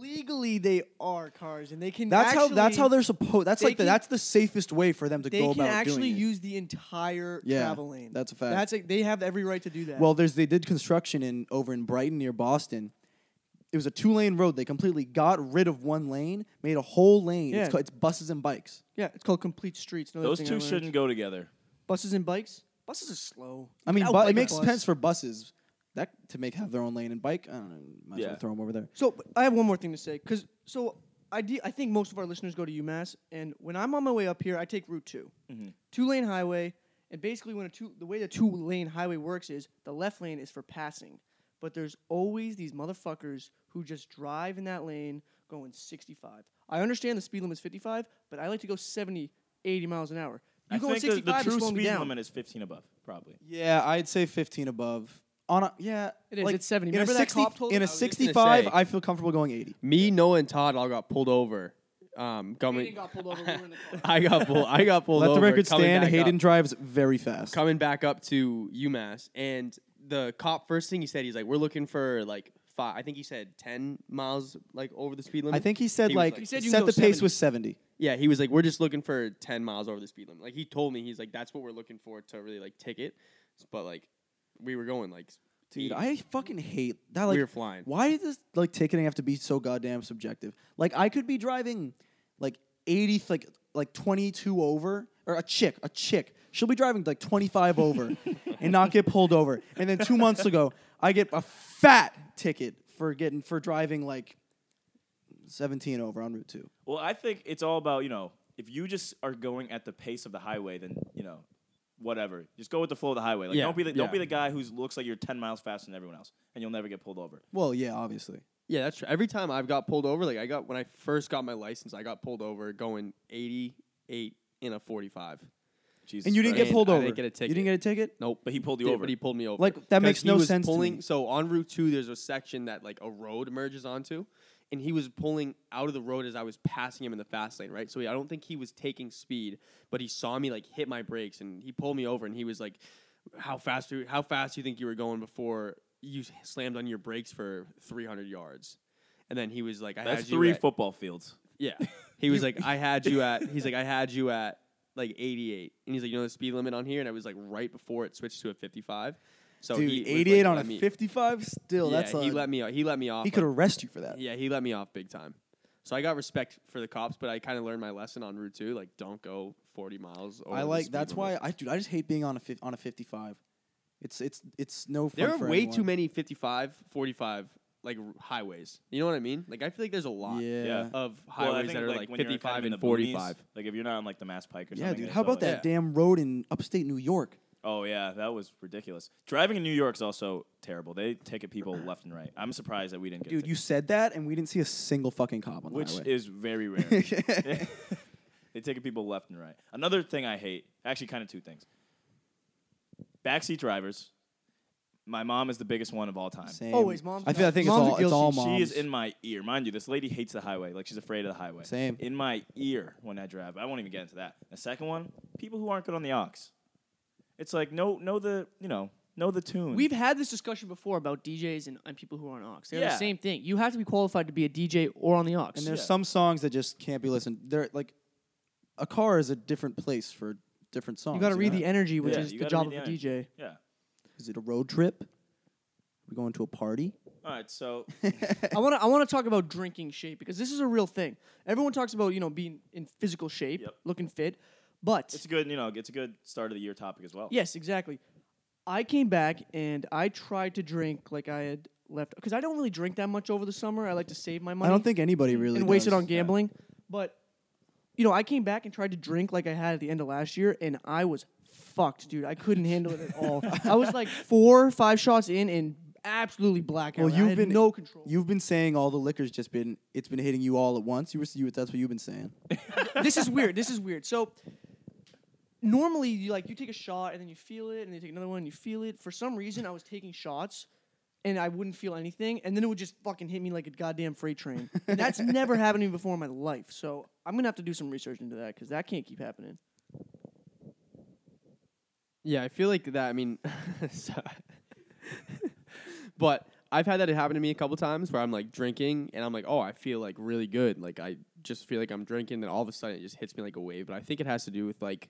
D: Legally, they are cars, and they can.
B: That's how. That's how
D: actually-
B: they're supposed. That's
D: they
B: like the,
D: can-
B: that's the safest way for them to
D: They
B: go
D: can
B: about
D: actually
B: doing it.
D: use the entire
B: Yeah,
D: travel lane.
B: that's a fact.
D: That's like, they have every right to do that.
B: Well, there's they did construction in over in Brighton near Boston. It was a two lane road. They completely got rid of one lane, made a whole lane.
D: Yeah.
B: It's, ca- it's buses and bikes.
D: yeah, it's called complete streets. Another
C: Those
D: thing I
C: two
D: learned.
C: shouldn't go together.
D: Buses and bikes. Buses are slow.
B: I mean,
D: I'll
B: bu-
D: bike a
B: it makes
D: bus.
B: sense for buses that to make have their own lane and bike. I don't know. Might as
C: Yeah.
B: well throw them over there.
D: So but I have one more thing to say because so I de- I think most of our listeners go to UMass, and when I'm on my way up here, I take Route 2
C: Mm-hmm.
D: two lane highway, and basically when a two the way the two lane highway works is the left lane is for passing, but there's always these motherfuckers who just drive in that lane going 65. I understand the speed limit is 55, but I like to go 70, 80 miles an hour. You
C: I
D: going
C: think the-
D: 65
C: the,
D: is
C: true
D: slowing me
C: speed
D: down.
C: limit is 15 above, probably.
B: Yeah, I'd say 15 above. On a, yeah,
D: It is,
B: Like,
D: it's 70.
B: in a
D: Remember that
B: 60
D: cop told
B: in
D: us-
B: a
D: I was just
E: gonna
B: 65,
E: say-
B: I feel comfortable going 80.
E: Me, Noah, and Todd all got pulled over. Um, coming, I got pulled. I got pulled
B: Let
E: over.
B: the record
E: coming
B: stand.
E: back up-
B: Hayden drives very fast.
E: coming back up to UMass, and the cop first thing he said, he's like, "We're looking for like five. I think he said ten miles like over the speed limit.
B: I think he said
E: He was
B: like,
E: like- He
D: said you
B: set
D: can
B: the
D: go
B: pace with 70.
E: yeah, he was like, "We're just looking for ten miles over the speed limit. Like he told me, he's like, "That's what we're looking for to really like ticket, but like we were going like,
B: Dude,
E: 80.
B: I fucking hate that. Like,
E: we were flying.
B: Why does like ticketing have to be so goddamn subjective? Like I could be driving like 80 like like 22 over or a chick, a chick. She'll be driving like 25 over and not get pulled over. And then 2 months ago, I get a fat ticket for getting for driving like 17 over on Route 2.
C: Well, I think it's all about you know if you just are going at the pace of the highway, then you know whatever. Just go with the flow of the highway. Like
E: Yeah,
C: don't be the, don't be
E: yeah.
C: the guy who looks like you're 10 miles faster than everyone else, and you'll never get pulled over.
B: Well, yeah, obviously.
E: Yeah, that's true. Every time I've got pulled over, like I got when I first got my license, I got pulled over going eighty eight in a forty five.
C: Jesus
B: And you didn't
C: Christ.
B: get
E: Right.
B: pulled
E: I
B: over.
E: didn't get a
B: You
E: ticket.
B: didn't get a ticket?
E: Nope,
C: but he pulled you
E: did,
C: over.
E: But he pulled me over.
B: Like, that
E: 'Cause
B: makes
E: he
B: no
E: was
B: sense to
E: Pulling
B: me.
E: so on Route Two, there's a section that like a road merges onto, and he was pulling out of the road as I was passing him in the fast lane, right? So he, I don't think he was taking speed, but he saw me like hit my brakes and he pulled me over, and he was like, "How fast? do- How fast do you think you were going before you slammed on your brakes for 300 yards?" And then he was like, "I
C: That's
E: had you
C: three
E: at-
C: football fields.
E: yeah. He was like, I had you at, he's like, I had you at like 88. And he's like, you know the speed limit on here? And I was like, right before it switched to a 55. So
B: Dude,
E: he was, like,
B: 88 on
E: let
B: a
E: me-
B: 55 still.
E: Yeah,
B: that's
E: he
B: a,
E: let me he let me off.
B: He could
E: like-
B: arrest you for that.
E: yeah, he let me off big time. So I got respect for the cops, but I kind of learned my lesson on Route 2. Like, don't go 40 miles. Over
B: I
E: Oh, the
B: like
E: speed
B: that's
E: limit.
B: why I dude I just hate being on a fif- on a 55. It's it's it's no fun
E: there are
B: for
E: way
B: anyone.
E: too many 55, 45 like r- highways. You know what I mean? Like, I feel like there's a lot
B: Yeah.
C: Yeah.
E: of
C: Well, I
E: highways
C: think,
E: that are like,
C: when you're kind
E: 55
C: of in
E: and
C: the boonies,
E: 45.
C: Like if you're not on like the Mass Pike or
B: Yeah,
C: something.
B: dude.
C: it's
B: How about
C: always-
B: that damn road in upstate New York?
C: Oh yeah, that was ridiculous. Driving in New York is also terrible. They ticket people left and right. I'm surprised that we didn't get.
B: Dude, you said that and we didn't see a single fucking cop on the
C: which
B: highway.
C: is very rare. they ticket people left and right. Another thing I hate, actually, kind of two things. Backseat drivers. My mom is the biggest one of all time.
B: Same.
D: Always, mom's
B: I, feel, I
D: got-
B: think
D: mom's
B: it's all it's
D: guilty.
B: all moms.
C: She is in my ear, mind you. This lady hates the highway. Like she's afraid of the highway.
B: Same.
C: In my ear when I drive. I won't even get into that. The second one, people who aren't good on the aux. It's like no, know the you know Know the tune.
D: We've had this discussion before about DJs and, and people who are on aux. They're
C: Yeah.
D: the same thing. You have to be qualified to be a DJ or on the aux.
B: And there's
C: Yeah.
B: some songs that just can't be listened. They're like, a car is a different place for different songs.
D: you got to read
B: know?
D: the energy, which
C: Yeah,
D: is
C: you
D: the
C: gotta
D: job of
C: read
D: a
C: the energy.
D: DJ.
C: yeah.
B: Is it a road trip? We going to a party?
C: All right. So
D: I want to I want to talk about drinking shape because this is a real thing. Everyone talks about you know being in physical shape,
C: Yep.
D: looking fit, but
C: it's a good, you know, it's a good start of the year topic as well.
D: Yes, exactly. I came back and I tried to drink like I had left because I don't really drink that much over the summer. I like to save my money
B: I don't think anybody really
D: and waste it
B: does.
D: on gambling. But you know, I came back and tried to drink like I had at the end of last year, and I was fucked, dude. I couldn't handle it at all. I was like four, five shots in, and absolutely black out.
B: Well,
D: I
B: you've
D: had
B: been
D: no control.
B: You've been saying all the liquor's just been it's been hitting you all at once. You were you, that's what you've been saying.
D: this is weird. This is weird. So normally you like you take a shot and then you feel it and then you take another one and you feel it. For some reason I was taking shots and I wouldn't feel anything and then it would just fucking hit me like a goddamn freight train. And that's never happened to me before in my life. So I'm gonna have to do some research into that because that can't keep happening.
E: Yeah, I feel like that. I mean, so- but I've had that happen to me a couple times where I'm like drinking and I'm like, oh, I feel like really good. Like I just feel like I'm drinking, and all of a sudden it just hits me like a wave. But I think it has to do with like,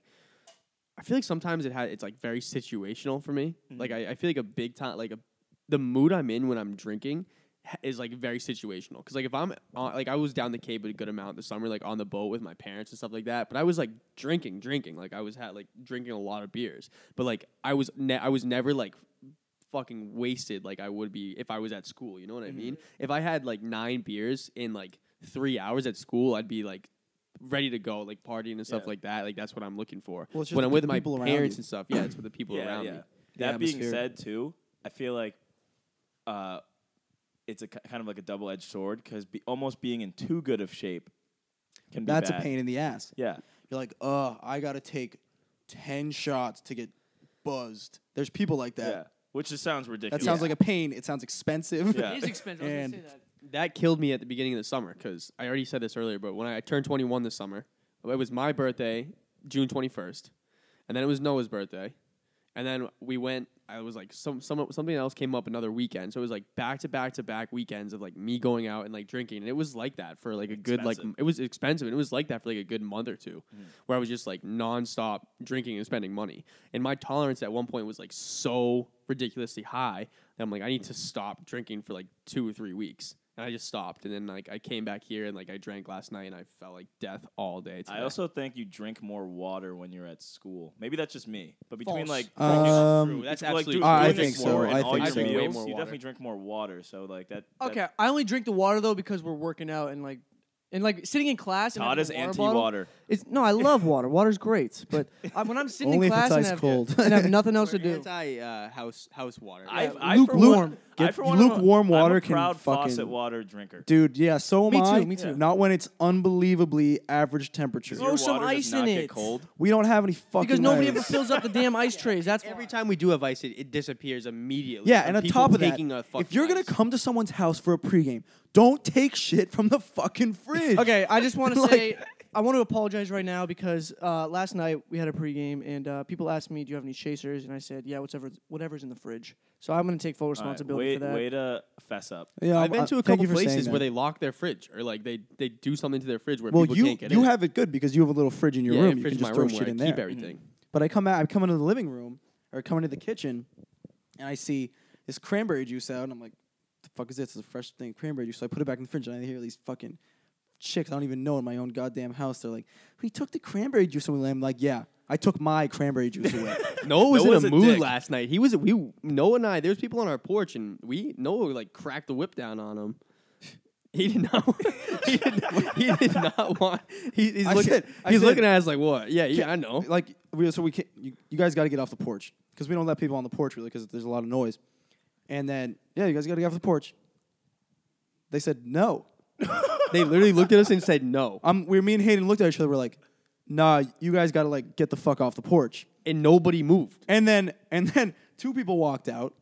E: I feel like sometimes it ha- it's like very situational for me. Like I, I feel like a big time like a the mood I'm in when I'm drinking ha- is like very situational. Because like if I'm on, like I was down the Cape a good amount this summer, like on the boat with my parents and stuff like that. But I was like drinking, drinking. Like I was had like drinking a lot of beers. But like I was ne- I was never like fucking wasted like I would be if I was at school. You know what I mean?
B: Mm-hmm.
E: If I had like nine beers in like three hours at school, I'd be like ready to go, like partying and stuff
C: Yeah.
E: like that. Like that's what I'm looking for
B: Well, it's just
E: when
B: the
E: I'm with
B: pe-
E: my
B: people around
E: parents
B: you.
E: and stuff. Yeah, it's with the people
C: Yeah,
E: around
C: yeah.
E: me.
C: That being
B: atmosphere.
C: said, too, I feel like uh, it's a ki- kind of like a double edged sword because be, almost being in too good of shape can be
B: That's a
C: bad.
B: pain in the ass.
C: Yeah,
B: You're like, "Uh, I got to take 10 shots to get buzzed." There's people like
C: yeah,
B: that.
C: Which just sounds ridiculous.
B: That sounds like a pain. It sounds expensive.
C: Yeah.
D: It is expensive. I was
B: And-
D: gonna say that.
E: that killed me at the beginning of the summer because I already said this earlier, but when I turned 21 this summer, it was my birthday, June 21st, and then it was Noah's birthday, and then we went. I was like, some, some something else came up another weekend, so it was like back to back to back weekends of like me going out and like drinking, and it was like that for like a good like
C: Expensive. Mm-hmm.
E: it was expensive, and it was like that for like a good month or 2 where I was just like nonstop drinking and spending money, and my tolerance at one point was like so ridiculously high that I'm like I need
C: Mm-hmm.
E: to stop drinking for like two or three weeks. And I just stopped, and then like I came back here and like I drank last night, and I felt like death all day.
C: I
E: today.
C: also think you drink more water when you're at school. Maybe that's just me. But between
D: False.
C: like
B: Um,
C: drinking-
E: True, that's
C: like,
E: absolutely
C: do-
E: true.
B: I
C: doing
B: think
C: this more
B: so,
C: and
B: I
C: all
B: think
C: your
B: so. I drink way
C: meals,
E: more
C: you
E: water.
C: definitely drink more water. So like that. that-
D: Okay, I only drink the water though because we're working out and like and like sitting in class. and
C: Todd
D: having
C: is
D: a water
C: anti
D: bottle-
C: water.
D: It's, no, I love water. Water's great, but I, when I'm sitting
B: Only
D: in
B: if
D: class
B: it's
D: and
B: ice
D: have,
B: cold.
D: and have nothing else
E: We're
D: to do,
E: anti uh, house house water.
C: I've,
D: Yeah,
C: I for
D: lukewarm.
C: one- I
B: Get-
C: for one am a-
B: lukewarm
C: I'm
B: water
C: a
B: can
C: proud faucet
B: fucking-
C: water drinker.
B: Dude, yeah, so am
D: Me too,
B: I.
D: me too.
B: Not when it's unbelievably average temperature.
D: Throw some
C: water does
D: ice
C: not
D: in
C: get
D: it.
C: Cold.
B: We don't have any fucking
D: because nobody
B: ice.
D: ever fills up the damn ice trays. That's
E: Every
D: why.
E: time we do have ice, it, it disappears immediately.
B: Yeah, and on
E: people
B: top of that,
E: taking a fucking
B: if you're gonna
E: ice.
B: come to someone's house for a pregame, don't take shit from the fucking fridge.
D: Okay, I just want to
B: Like-
D: say I want to apologize right now because uh, last night we had a pregame and uh, people asked me, "Do you have any chasers?" And I said, "Yeah, whatever, whatever's in the fridge." So I'm going to take full
C: All right,
D: responsibility
C: way,
D: for that.
C: way to fess up.
B: Yeah,
E: I've been
B: uh,
E: to a
B: thank
E: couple
B: you for saying
E: places
B: that.
E: where they lock their fridge or like they, they do something to their fridge where
B: Well,
E: people
B: you
E: can't get
B: you
E: in.
B: have it good because you have a little fridge in your
E: yeah,
B: room.
E: a
B: You can
E: fridge in
B: just
E: my
B: throw
E: room
B: shit
E: where
B: in
E: I
B: there. Mm.
E: keep everything.
B: But I come out, I come into the living room or come into the kitchen, and I see this cranberry juice out, and I'm like, "The fuck is this? It's a fresh thing, cranberry juice." So I put it back in the fridge, and I hear these fucking chicks I don't even know in my own goddamn house. They're like, "We took the cranberry juice away." I'm like, "Yeah, I took my cranberry juice away."
E: Noah was
C: Noah's
E: in
C: a
E: a mood
C: dick.
E: last night. He was we Noah and I. There's people on our porch, and we Noah like cracked the whip down on him. He did not. he, did, he did not want. He, he's
B: I
E: looking.
B: said- I
E: he's
B: said-
E: looking at us like what? Yeah, yeah, I know.
B: like we, so we can you, you guys got to get off the porch because we don't let people on the porch really because there's a lot of noise and then yeah you guys got to get off the porch they said no
E: They literally looked at us and said no,
B: um we me and hayden looked at each other we're like nah you guys got to like get the fuck off the porch
E: and nobody moved.
B: and then and then two people walked out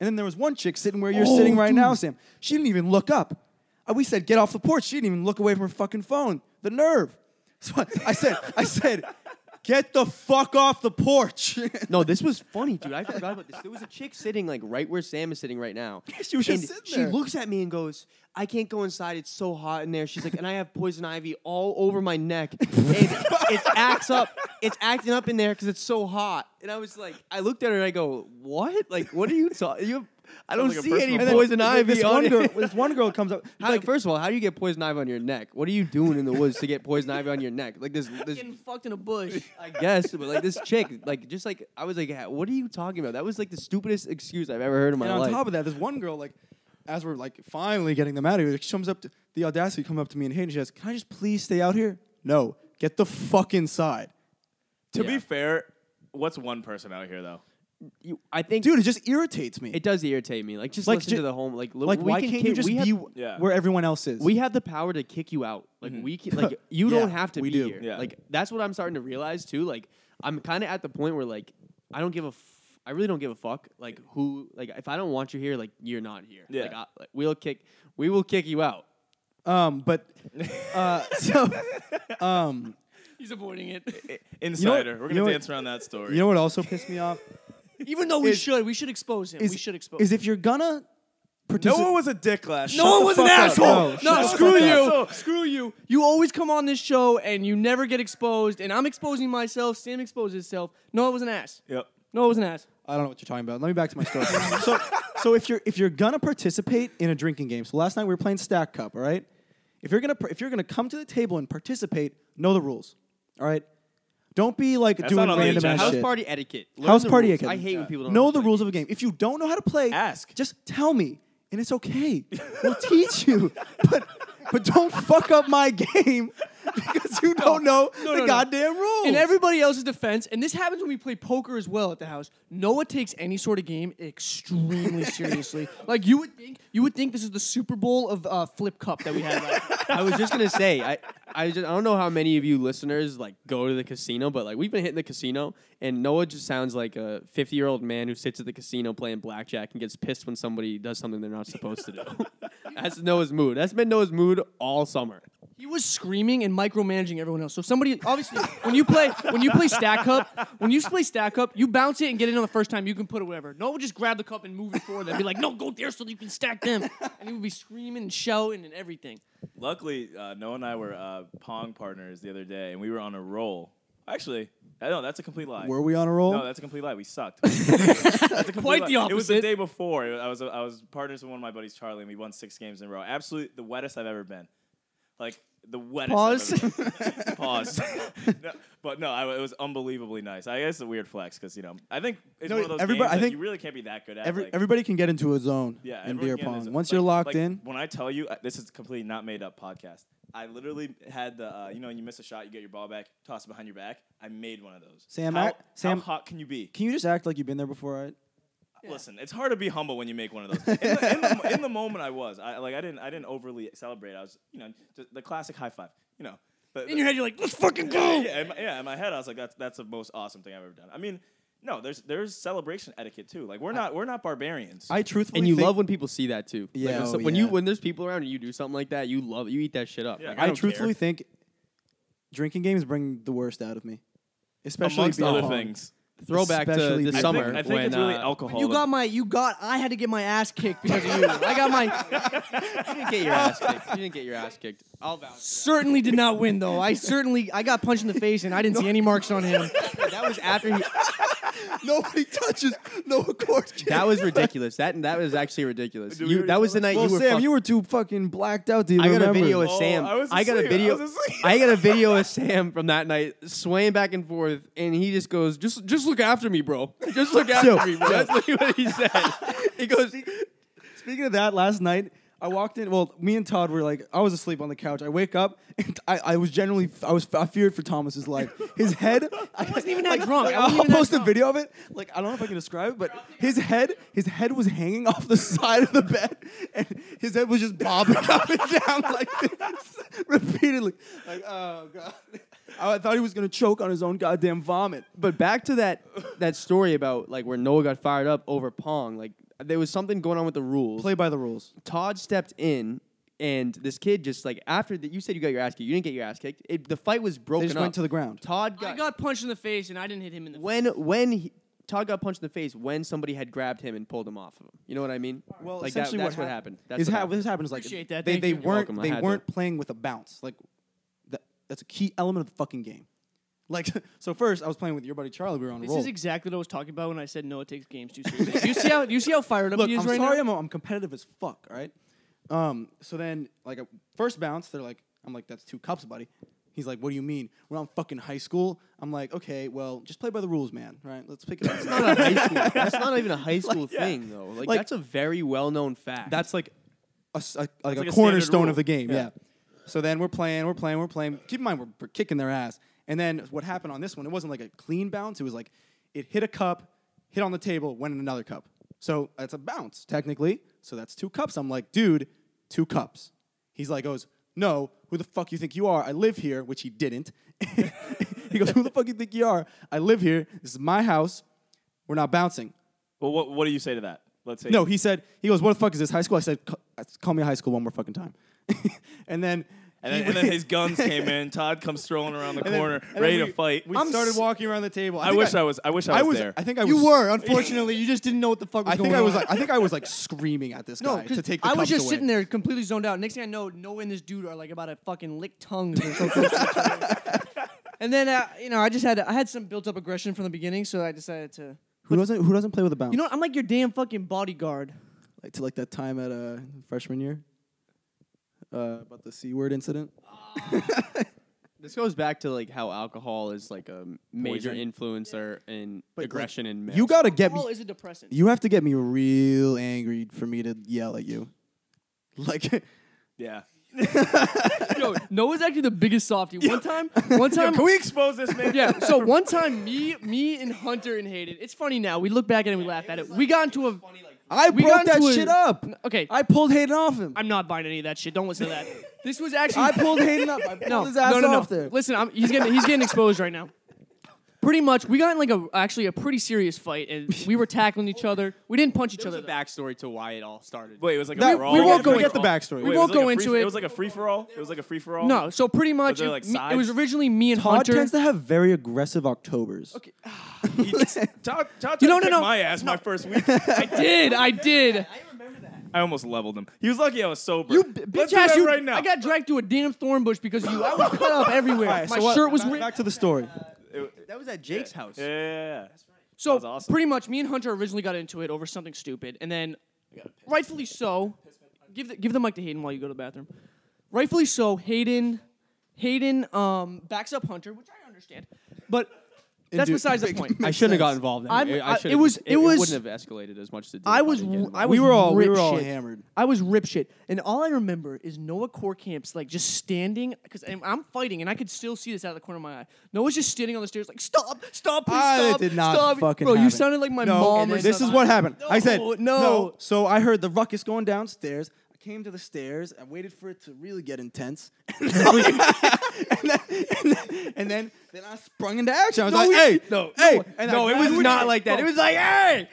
B: and then there was one chick sitting where you're
E: Oh,
B: sitting right now sam she didn't even look up Uh, we said get off the porch she didn't even look away from her fucking phone the nerve so I- i said i said Get the fuck off the porch.
E: No, this was funny, dude. I forgot about this. There was a chick sitting like right where Sam is sitting right now.
B: She was just
E: And
B: sitting
E: She
B: there.
E: looks at me and goes, "I can't go inside. It's so hot in there." She's like, "And I have poison ivy all over my neck. And it acts up. It's acting up in there because it's so hot." And I was like, I looked at her and I go, "What? Like, what are you talking? You, have- I don't
C: Sounds like a
E: see any
C: personal
B: And then
E: poison ivy
B: This
E: on
B: one
E: it."
B: girl, this one girl comes up.
E: How, like, first of all, how do you get poison ivy on your neck? What are you doing in the woods to get poison ivy on your neck? Like this, this
D: Getting fucked in a bush.
E: I guess, but like this chick, like just like I was like, "Ha- what are you talking about? That was like the stupidest excuse I've ever heard in my
B: And on
E: life.
B: top of that, this one girl, like, as we're like finally getting them out of here, she comes up to the audacity comes up to me and Hayden. She says, "Can I just please stay out here?" No, get the fuck inside,
C: To
E: Yeah.
C: be fair, what's one person out here though?
E: you, I think
B: dude. It just irritates me.
E: it does irritate me. Like just
B: Like,
E: listen
B: ju-
E: to the home. Like li-
B: like,
E: we
B: why
E: can
B: can't
E: kick-
B: you just
E: we
B: be
E: have,
C: Yeah.
B: where everyone else is?
E: We have the power to kick you out. Like we can, like you
B: Yeah,
E: don't have to
B: we
E: be
B: do.
E: here.
C: Yeah.
E: Like that's what I'm starting to realize too. Like I'm kind of at the point where like I don't give a. F- I really don't give a fuck. Like who? Like if I don't want you here, like you're not here.
C: Yeah.
E: Like, I, like we'll kick. We will kick you out.
B: um, but uh, so um,
D: He's avoiding it.
C: Insider. We're
B: you
C: gonna
B: know what-
C: dance around that story.
B: you know what also pissed me off
D: Even though we
B: Is-
D: should, we should expose him.
B: is
D: we should expose.
B: is if you're gonna
C: no
B: participate.
C: one was a dick last.
D: no one
C: Shut
D: was
C: the
D: an
C: fuck up.
D: asshole.
B: No,
D: No,
B: shut the
D: screw
B: fuck
D: you.
C: up.
D: Screw you. You always come on this show and you never get exposed, and I'm exposing myself. Sam exposes himself. No, it was an ass.
C: Yep.
D: No, it was an ass.
B: I don't know what you're talking about. Let me back to my story. so, so if you're if you're gonna participate in a drinking game, so last night we were playing Stack Cup, all right. If you're gonna par- if you're gonna come to the table and participate, know the rules, all right. Don't be like doing
C: not on the
B: random
C: agenda.
B: ass
E: House
B: shit.
E: party etiquette. Learn
B: House
E: the
B: party
E: rules.
B: etiquette.
E: I hate when people don't
B: know
E: how to
B: the
E: play.
B: rules of a game. If you don't know how to play,
C: Ask.
B: Just tell me, and it's okay. We'll teach you, but but don't fuck up my game because you don't know the
D: No, no, no.
B: goddamn rules.
D: In everybody else's defense, and this happens when we play poker as well at the house. Noah takes any sort of game extremely seriously. Like you would think, you would think this is the Super Bowl of uh, flip cup that we had. Like,
E: I was just gonna say, I, I, just, I don't know how many of you listeners like go to the casino, but like we've been hitting the casino, and Noah just sounds like a fifty-year-old man who sits at the casino playing blackjack and gets pissed when somebody does something they're not supposed to do. That's Noah's mood. That's been Noah's mood all summer.
D: he was screaming and micromanaging everyone else. So somebody, obviously, when you play, when you play stack cup, when you play stack cup, you bounce it and get it on the first time. You can put it whatever. Noah would just grab the cup and move it forward. And be like, no, go there so that you can stack them. And he would be screaming and shouting and everything.
C: Luckily, uh, Noah and I were uh, pong partners the other day, and we were on a roll. Actually, I know that's a complete lie.
B: Were we on a roll?
C: No, that's a complete lie. We sucked. that's a complete
D: Quite
C: lie.
D: the
C: It was the
D: opposite.
C: day before. I was I was partners with one of my buddies, Charlie, and we won six games in a row. Absolutely the wettest I've ever been. Like the wettest. I've
D: Pause.
C: ever been. Pause. No, but no, I, it was unbelievably nice. I guess it's a weird flex because you know I think it's
B: No,
C: one of those
B: everybody-
C: games
B: I
C: that
B: think
C: you really can't be that good at.
B: Every,
C: like-
B: everybody can get into a zone
C: yeah,
B: in
C: everyone
B: beer
C: can
B: pong.
C: is-
B: Once
C: like-
B: you're locked
C: like,
B: in,
C: When I tell you, I- this is a complete not made up podcast. I literally had the, uh, you know, when you miss a shot, you get your ball back, toss it behind your back. I made one of those.
B: Sam,
C: how,
B: I- Sam-
C: how hot can you be?
B: Can you just act like you've been there before? I,
C: Listen, it's hard to be humble when you make one of those. In the, in the, in the moment, I was. I like, I didn't, I didn't overly celebrate. I was, you know, just the classic high five. You know, but
D: In your head, you're like, let's fucking
C: yeah,
D: go.
C: yeah, in my, yeah, in my head, I was like, that's that's the most awesome thing I've ever done. I mean, no, there's there's celebration etiquette too. Like we're not we're not barbarians.
B: I truthfully
E: And you
B: think,
E: love when people see that too. Like,
B: Yeah,
E: when
B: oh,
E: some- when you
B: yeah.
E: when there's people around and you do something like that, you love it. you eat that shit up.
C: Yeah.
E: Like,
B: I,
C: I don't
B: truthfully
C: care.
B: think drinking games bring the worst out of me, especially
C: amongst
B: beer
C: other
B: pong.
C: things.
E: throwback
B: Especially beer pong.
C: I
E: to the
C: think,
E: summer
C: I think
E: when
C: it's really
E: uh,
C: alcohol.
D: You got my, you got. I had to get my ass kicked because of you. I got my.
E: you didn't get your ass kicked. You didn't get your ass kicked. I'll vouch. for that.
D: Certainly did not win though. I certainly, I got punched in the face and I didn't see any marks on him.
E: That was after he.
B: Nobody touches no court. kick.
E: That was ridiculous. That that was actually ridiculous.
C: Did we
E: You,
C: already
E: that was
C: tell
E: the night
B: well,
E: you were.
B: Sam,
E: fuck-
B: you were too fucking blacked out. to even
E: I got a
B: remember.
E: video of
C: Oh,
E: Sam.
C: I
E: I,
C: was
E: got a
C: asleep. I
E: video.
C: was asleep.
E: I got a video of Sam from that night swaying back and forth, and he just goes, "Just just look after me, bro. Just look after
B: Yo,
E: me, bro." That's literally what he said. He goes,
B: Speaking of that, last night I walked in. Well, me and Todd were like, I was asleep on the couch. I wake up, and I, I was generally, I was, I feared for Thomas's life. His head. I wasn't
D: even that drunk. I wasn't
B: I'll
D: even that
B: post a
D: drunk.
B: video of it. Like I don't know if I can describe it, but his head, his head was hanging off the side of the bed, and his head was just bobbing up and down like this repeatedly. Like oh god. I I thought he was gonna choke on his own goddamn vomit.
E: but back to that that story about like where Noah got fired up over Pong. Like there was something going on with the rules.
B: Play by the rules.
E: Todd stepped in And this kid just like after that, you said you got your ass kicked. You didn't get your ass kicked. It, the fight was broken.
B: just went
E: up.
B: to the ground.
E: Todd
D: I
E: got,
D: got punched in the face and I didn't hit him in the
E: when when he, Todd got punched in the face when somebody had grabbed him and pulled him off of him. You know what I mean?
B: Well,
E: like that,
B: essentially
E: that's
B: what
E: what
B: hap-
E: happened. That's
B: Is
E: what
B: how
E: happened.
B: this happens like
D: Appreciate that.
B: they
D: Thank
B: they
D: you. You're
B: weren't
E: welcome. I
B: they
E: had to.
B: weren't playing with a bounce like that, that's a key element of the fucking game. Like so, first I was playing with your buddy Charlie. We were on a
D: This
B: roll.
D: is exactly what I was talking about when I said no, it takes games too seriously. you see how you see how fired up
B: Look,
D: he
B: I'm
D: is right
B: sorry,
D: now.
B: I'm, I'm competitive as fuck. All right. Um. So then, like, a first bounce, they're like, I'm like, that's two cups, buddy. He's like, what do you mean? We're on fucking high school. I'm like, okay, well, just play by the rules, man. All right, let's pick it up.
E: That's not a high school. That's not even a high school thing though. Like,
B: Like-
E: that's a very well known fact.
B: That's like a, s- a- like,
C: like
B: a
C: a
B: cornerstone
C: standard
B: of the game. Yeah.
C: rule.
B: So then we're playing, we're playing, we're playing. Keep in mind, we're, we're kicking their ass. And then what happened on this one? It wasn't like a clean bounce. It was like it hit a cup, hit on the table, went in another cup. So that's a bounce technically. So that's two cups. I'm like, dude, two cups. He's like, goes, no, who the fuck you think you are? I live here, which he didn't. he goes, who the fuck you think you are? I live here. This is my house. We're not bouncing.
C: Well, what, what do you say to that? Let's say
B: No, he said, he goes, what the fuck is this, high school? I said, "Ca- call me high school one more fucking time. and then.
C: And then,
B: he-
C: and then his guns came in. Todd comes strolling around the
B: and then-
C: corner,
B: and then
C: ready
B: we-
C: to fight.
B: We
C: I'm
B: started
C: s-
B: walking around the table.
C: I
B: think
C: wish I, was. I wish I was,
B: I was
C: there.
B: I think I was.
D: You were, unfortunately, you just didn't know what the fuck was
B: I
D: going
B: think
D: on.
B: I was like. I think I was like screaming at this guy
D: 'cause
B: to take. The
D: I was
B: cups
D: just
B: away.
D: sitting there completely zoned out. Next thing I know, Noah and this dude are like about to fucking lick tongues. They're so close to each other. And then uh, you know, I just had I had some built up aggression from the beginning, so I decided to.
B: Who doesn't? Who doesn't play with a bounce?
D: You know, what? I'm like your damn fucking bodyguard.
B: like, to like that time at uh, freshman year. Uh, about the c word incident.
E: This goes back to like how alcohol is like a major
C: Poison.
E: influencer in
B: like,
E: aggression in men.
B: You gotta get me.
D: Alcohol is a depressant.
B: You have to get me real angry for me to yell at you. Like,
C: yeah.
D: Yo, Noah's actually the biggest softie. One time, one time,
C: Can we expose this man?
D: yeah. So one time, me, me, and Hunter and Hayden. It's funny now. We look back at it and we laugh at it. we got into a.
B: I
D: We
B: broke
D: got
B: that
D: into a-
B: shit up.
D: Okay, I,
B: I pulled Hayden off him.
D: am not buying any of that shit. Don't listen to that. This was actually.
B: I pulled Hayden up. I pulled
D: no,
B: his ass
D: no, no,
B: off
D: no.
B: there.
D: Listen, I'm, he's getting he's getting exposed right now. Pretty much, we got in like a actually a pretty serious fight, and we were tackling each other. We didn't punch each
E: There's
D: other.
E: a
D: though.
E: backstory to why it all started.
C: Wait, it was like
B: That-
C: a brawl.
B: we won't
C: Forget
B: go
C: the
B: into-
C: brawl.
B: forget the backstory.
C: Wait,
B: We
C: it was
D: won't
C: like a
D: go
C: free-
D: into it.
C: It was like a free for all. It was like a free for all.
D: No, so pretty much
C: there,
D: it,
C: like,
D: me- it was
C: sides?
D: originally me and
B: Todd
D: Hunter.
B: tends to have very aggressive Octobers. Okay.
C: He- Todd, Todd you
D: You know,
C: know,
D: no, no.
C: my ass my first week. I,
D: did I did.
C: I almost leveled him. He was lucky I was sober.
D: You b-
C: Let's
D: bitch
C: do
D: ass,
C: that
D: you,
C: right now.
D: I got dragged to a damn thorn bush because of you. I was cut up everywhere. My shirt was
B: back,
D: ripped.
B: back to the story.
E: that was at Jake's house.
C: Yeah, yeah, yeah, yeah.
D: So
C: was awesome.
D: pretty much, me and Hunter originally got into it over something stupid, and then, rightfully so, give the, give the mic to Hayden while you go to the bathroom. Rightfully so, Hayden, Hayden um, backs up Hunter, which I understand, but that's
B: dude,
D: besides the
B: big-
D: point.
E: I
B: makes
E: shouldn't have
B: sense.
E: got involved. In
D: I'm-
E: it.
D: I-
E: I, should
D: it was- it was-
E: wouldn't have escalated as much as it did.
D: I
E: if
D: was,
E: didn't get
D: I was
E: involved.
B: We were all- we
D: rip
B: were all
D: shit.
B: hammered.
D: I was rip shit, and all I remember is Noah Corkamp's like just standing because I'm fighting, and I could still see this out of the corner of my eye. Noah's just standing on the stairs, like stop, stop, please
B: Ah, that
D: stop,
B: did not
D: stop.
B: fucking
D: Bro, you
B: happen.
D: sounded like my
B: no,
D: mom.
B: and
D: Or
B: then this is
D: something.
B: what happened. I said
D: No,
B: no.
D: no.
B: So I heard the ruckus going downstairs. I came to the stairs. I waited for it to really get intense, and then, and then, and then, and then, then I sprung into action. I was like,
D: we-
B: "Hey,
E: no,
B: hey!"
E: no,
B: and I
E: no, it
B: grabbed
E: was
B: her
E: not
B: and-
E: like that. It
B: Oh,
E: was like, hey,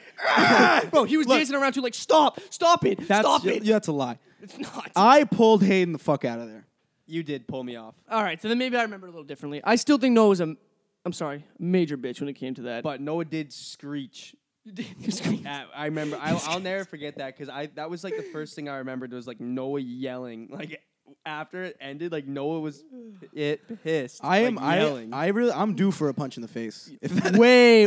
D: Bro, he was
B: Look.
D: dancing around too, like, stop, stop it,
B: that's,
D: stop it.
B: Yeah, that's a lie.
D: It's not.
B: I pulled Hayden the fuck out of there.
E: you did pull me off.
D: All right, so then maybe I remember it a little differently. I still think Noah was a, I'm sorry, major bitch when it came to that.
E: But Noah did screech. At, Uh, I remember. I, I'll never forget that because I that was like the first thing I remembered was like Noah yelling. Like after it ended, like Noah was it pissed.
B: I am.
E: like,
B: I.
E: yelling.
B: I really. I'm due for a punch in the face. If that-
D: way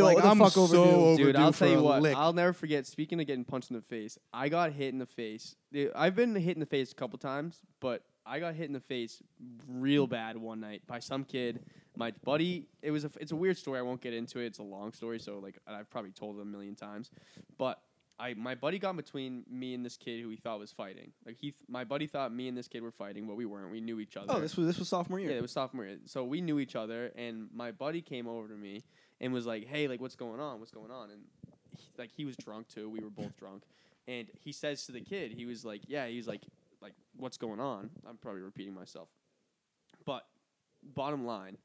B: Like,
D: over the
B: I'm
D: fuck
B: so
D: overdue.
B: over-
E: Dude,
B: overdue
E: I'll
B: for
E: tell you
B: a
E: what.
B: lick.
E: I'll never forget. Speaking of getting punched in the face, I got hit in the face. Dude, I've been hit in the face a couple times, but I got hit in the face real bad one night by some kid. My buddy. It was. A, it's a weird story. I won't get into it. It's a long story. So like, and I've probably told it a million times, but. I, my buddy got between me and this kid who he thought was fighting. Like he, th- my buddy thought me and this kid were fighting, but we weren't. We knew each other.
B: oh, this was this was sophomore year.
E: Yeah, it was sophomore year. So we knew each other, and my buddy came over to me and was like, "Hey, like, what's going on? What's going on?" And he, like, he was drunk too. We were both drunk, and he says to the kid, he was like, "Yeah," he's like, "Like, what's going on?" I'm probably repeating myself, but bottom line,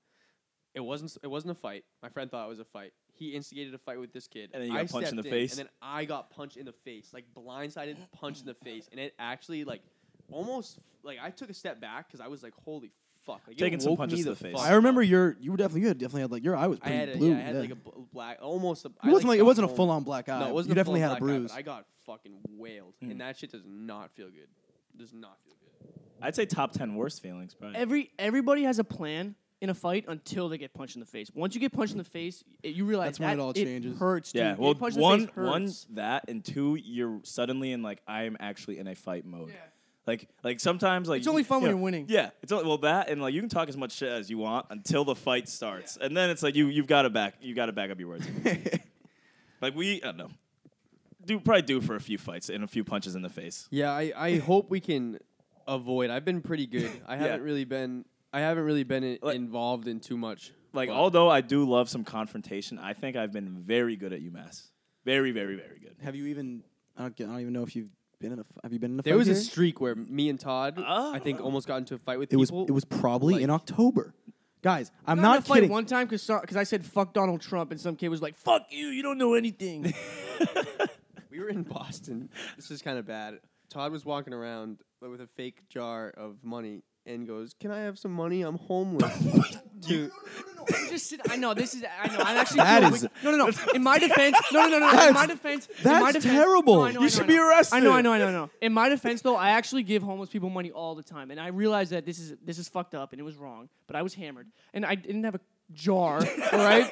E: it wasn't s- it wasn't a fight. My friend thought it was a fight. He instigated a fight with this kid.
C: And then you got
E: I
C: punched in
E: stepped
C: the face.
E: And then I got punched in the face, like blindsided, punched in the face, and it actually like almost like I took a step back because I was like, holy fuck, like, it
C: Taking some
E: woke
C: punches
E: me
C: to the face.
E: fuck
B: I remember
E: up.
B: your you were definitely you had definitely had like your eye was
E: I
B: pretty
E: had a,
B: blue.
E: yeah, I had
B: yeah.
E: like a bl- black, almost. A,
B: it wasn't like it wasn't a full on black eye.
E: No, it wasn't.
B: you
E: a full
B: definitely had a
E: black eye, but
B: bruise.
E: I got fucking wailed,
C: Mm.
E: and that shit does not feel good. Does not feel good.
C: I'd say top ten worst feelings, probably.
D: Every everybody has a plan in a fight until they get punched in the face. Once you get punched in the face, it, you realize
B: That's when it
D: that
B: all changes.
D: hurts. Dude.
C: yeah,
D: Getting
C: well,
D: punched in the
C: one,
D: face
C: one
D: hurts.
C: that, and two, you're suddenly in like I am actually in a fight mode. Like, like sometimes like
D: It's only
C: you-
D: fun
C: you
D: when
C: know,
D: you're winning.
C: Yeah, it's only, well that and like you can talk as much shit as you want until the fight starts, and then it's like you you've got to back you got to back up your words. like we, I don't know, do probably do for a few fights and a few punches in the face.
E: Yeah, I, I hope we can avoid. I've been pretty good. I haven't really been. I haven't really been in,
C: Like-
E: involved in too much.
C: Like
E: But
C: although I do love some confrontation, I think I've been very good at UMass. Very, very, very good.
B: Have you even? I don't, get, I don't even know if you've been in a. f- Have you been in a?
E: There
B: fight
E: was a
B: here? Oh.
E: streak where me and Todd, I think,
C: Ah.
E: almost got into a fight with
B: It was.
E: people.
B: It was probably in
E: like-
B: October. Guys, I'm
D: I got in a
B: not
D: fight
B: kidding.
D: One time, because I said fuck Donald Trump, and some kid was like, "Fuck you, you don't know anything."
E: We were in Boston. This is kind of bad. Todd was walking around with a fake jar of money and goes, "Can I have some money? I'm homeless." Dude,
D: I'm just sit- I know this is. I know. I'm actually.
B: That
D: doing-
B: is-
D: No, no, no. In my defense. No, no, no, no. In my
B: That's-
D: defense. in
B: that's
D: my defense-
B: terrible.
D: No, I know,
B: You
D: I know,
C: should
D: I
C: be
D: know.
C: arrested.
D: I know. I know. I know. I know. In my defense, though, I actually give homeless people money all the time, and I realize that this is this is fucked up and it was wrong. But I was hammered, and I didn't have a jar. All right.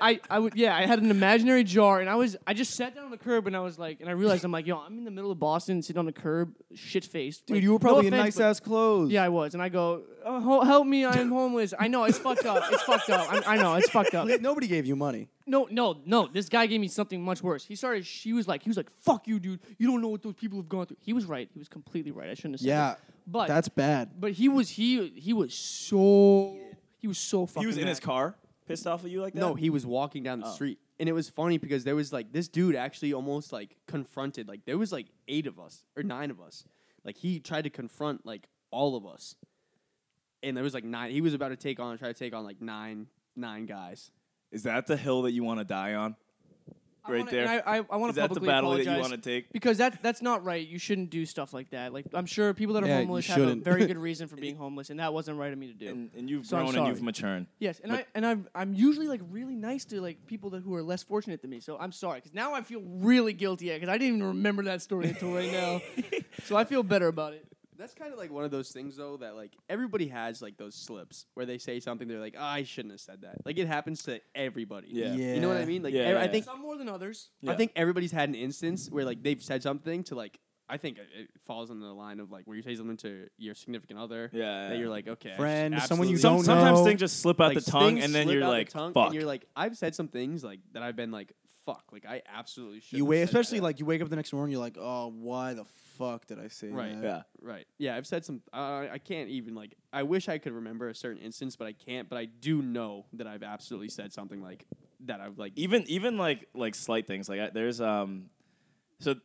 D: I, I would yeah I had an imaginary jar and I was I just sat down on the curb and I was like and I realized I'm like yo I'm in the middle of Boston sitting on the curb shit faced
B: Dude, you were probably in
D: no
B: nice
D: offense, but-
B: ass clothes.
D: yeah, I was, and I go, oh, ho- "Help me! I'm homeless. I know it's fucked up. It's fucked up. i I know it's fucked up.
B: Nobody gave you money.
D: No, no, no. This guy gave me something much worse. He started. She was like, he was like, "Fuck you, dude. You don't know what those people have gone through." He was right. He was completely right. I shouldn't have said
B: Yeah,
D: that. but
B: That's bad.
D: but he was he he was so he was so fucking.
C: He was in
D: mad.
C: his car, pissed off at you like that. Oh.
E: no, he was walking down the street, and it was funny because there was like this dude actually almost like confronted. Like there was like eight of us or nine of us. Like he tried to confront like all of us, and there was like nine. He was about to take on try to take on like nine nine guys.
C: Is that the hill that you want to die on?
D: I
C: Right
D: wanna-
C: there.
D: And I, I, I want
C: Is
D: to
C: that the
D: publicly
C: battle that you
D: apologize
C: wanna take?
D: Because that that's not right. You shouldn't do stuff like that. Like I'm sure people that are
B: Yeah, you
D: homeless have a
B: shouldn't.
D: very good reason for being homeless, and that wasn't right of me to do.
C: And, and you've
D: So I'm
C: grown and you've
D: sorry.
C: matured.
D: Yes, and I and I'm I'm usually like really nice to like people that who are less fortunate than me. So I'm sorry because now I feel really guilty because I didn't even remember that story until right now. So I feel better about it.
E: That's kind of like one of those things though that like everybody has like those slips where they say something they're like "Ah, I shouldn't have said that. Like it happens to everybody.
C: Yeah.
E: You know what I mean? Like
C: Yeah,
E: ev- I
C: yeah.
E: think
D: Some more than others.
C: Yeah.
E: I think everybody's had an instance where like they've said something to like I think it- it falls in the line of like where you say something to your significant other
C: Yeah,
E: that
C: yeah.
E: you're like okay I just
B: Friend, someone you
E: absolutely-
C: Some,
B: don't
C: sometimes
B: know.
C: things just slip out
E: like,
C: the tongue,
E: things
C: and then
E: slip
C: you're
E: out the
C: like,
E: tongue,
C: "Fuck."
E: and you're like I've said some things like that I've been like fuck like I absolutely should
B: You wait, especially like you wake up the next morning, you're like, oh, why the fuck did I say
E: Right.
B: that?
C: yeah,
E: Right. Yeah, I've said some. I I can't even like. I wish I could remember a certain instance, but I can't. But I do know that I've absolutely said something like that. I've like.
C: even even like like slight things like I, there's um, so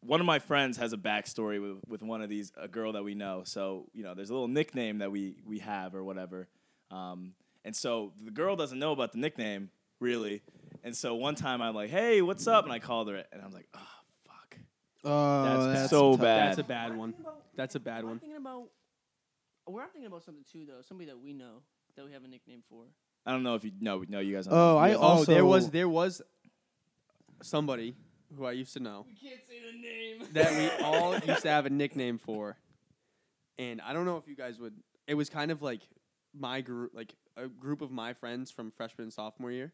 C: one of my friends has a backstory with with one of these a girl that we know. So you know, there's a little nickname that we we have or whatever. Um, and so the girl doesn't know about the nickname really. And so one time I'm like, "Hey, what's up?" And I called her, and I'm like, "Oh, fuck."
B: Oh,
C: That's so
B: tough.
C: bad.
E: That's a bad one. That's a bad
D: I'm
E: one.
D: thinking about. We're thinking about something too though. Somebody that we know that we have a nickname for.
C: I don't know if you know. No, you guys. Don't
B: Oh,
C: know.
B: I
C: You guys-
E: Oh, there was
B: Also-
E: there was somebody who I used to know
D: We can't say the name.
E: that we all used to have a nickname for, and I don't know if you guys would. It was kind of like my group, like a group of my friends from freshman and sophomore year.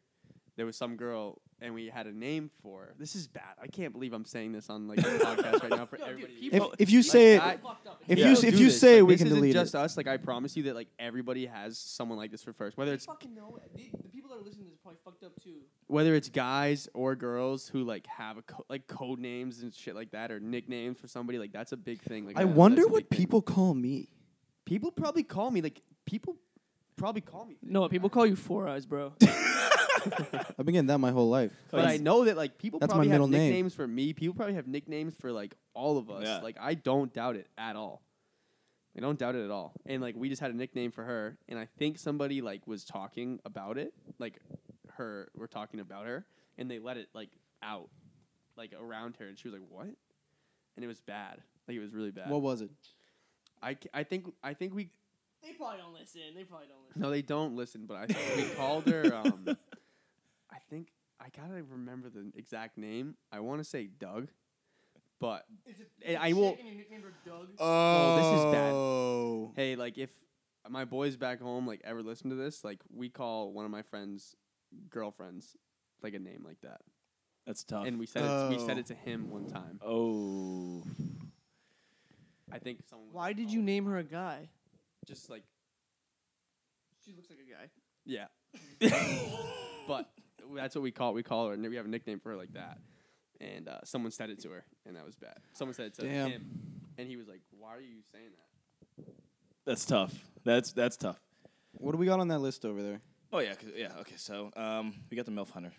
E: There was some girl, and we had a name for. Her. This is bad. I can't believe I'm saying this on like the podcast right now for
D: Yo, dude,
E: everybody. to
D: people-
B: If,
E: hear.
B: if you say
E: I-
B: it,
D: fucked up.
B: if
C: Yeah.
B: you
E: Don't
B: if
E: do
B: you
E: this.
B: say it,
E: Like,
B: we
E: this
B: can
E: isn't
B: delete
E: just
B: it.
E: us. Like I promise you that like everybody has someone like this for first, whether it's
D: fucking know. The, the people that are listening to this are probably fucked up too.
E: whether it's guys or girls who like have a co- like code names and shit like that or nicknames for somebody like that's a big thing. Like
B: I
E: that's-
B: wonder
E: that's a
B: what
E: big thing.
B: people call me.
E: people probably call me like people probably call me.
D: No, people call you Four Eyes, bro.
B: I've been getting that my whole life.
E: But I know that like people
B: That's my
E: probably
B: middle
E: have
B: name.
E: nicknames for me. People probably have nicknames for like all of us.
C: Yeah.
E: Like I don't doubt it at all. I don't doubt it at all. And like we just had a nickname for her, and I think somebody like was talking about it, like her we're talking about her, and they let it like out, like around her, and she was like, "What?" and it was bad. Like it was really bad.
B: What was it?
E: I, c- I think I think we
D: They probably don't listen. They probably don't listen.
E: no they don't listen, but I think we called her. Um, I think I gotta remember the exact name. I want to say Doug, but
D: Is it-
E: Hey,
D: is it
E: I
D: chick
E: will-
D: and you nicknamed her Doug?
E: Oh, this is bad.
B: Oh.
E: hey, like if my boys back home like ever listen to this, like we call one of my friends' girlfriends like a name like that,
C: That's tough.
E: and we said it, we said
B: Oh.
E: it to him one time.
C: oh,
E: I think someone. was
D: Why
E: like,
D: did
E: "Oh,
D: you name her a guy?
E: Just like
D: She looks like a guy.
E: yeah, but that's what we call we call her, and we have a nickname for her like that. And uh, someone said it to her, and that was bad. Someone said it to
B: Damn.
E: him, and he was like, "Why are you saying that?"
C: that's tough. That's that's tough.
B: What do we got on that list over there?
C: Oh yeah, 'cause- yeah. Okay, so um, we got the milf hunter.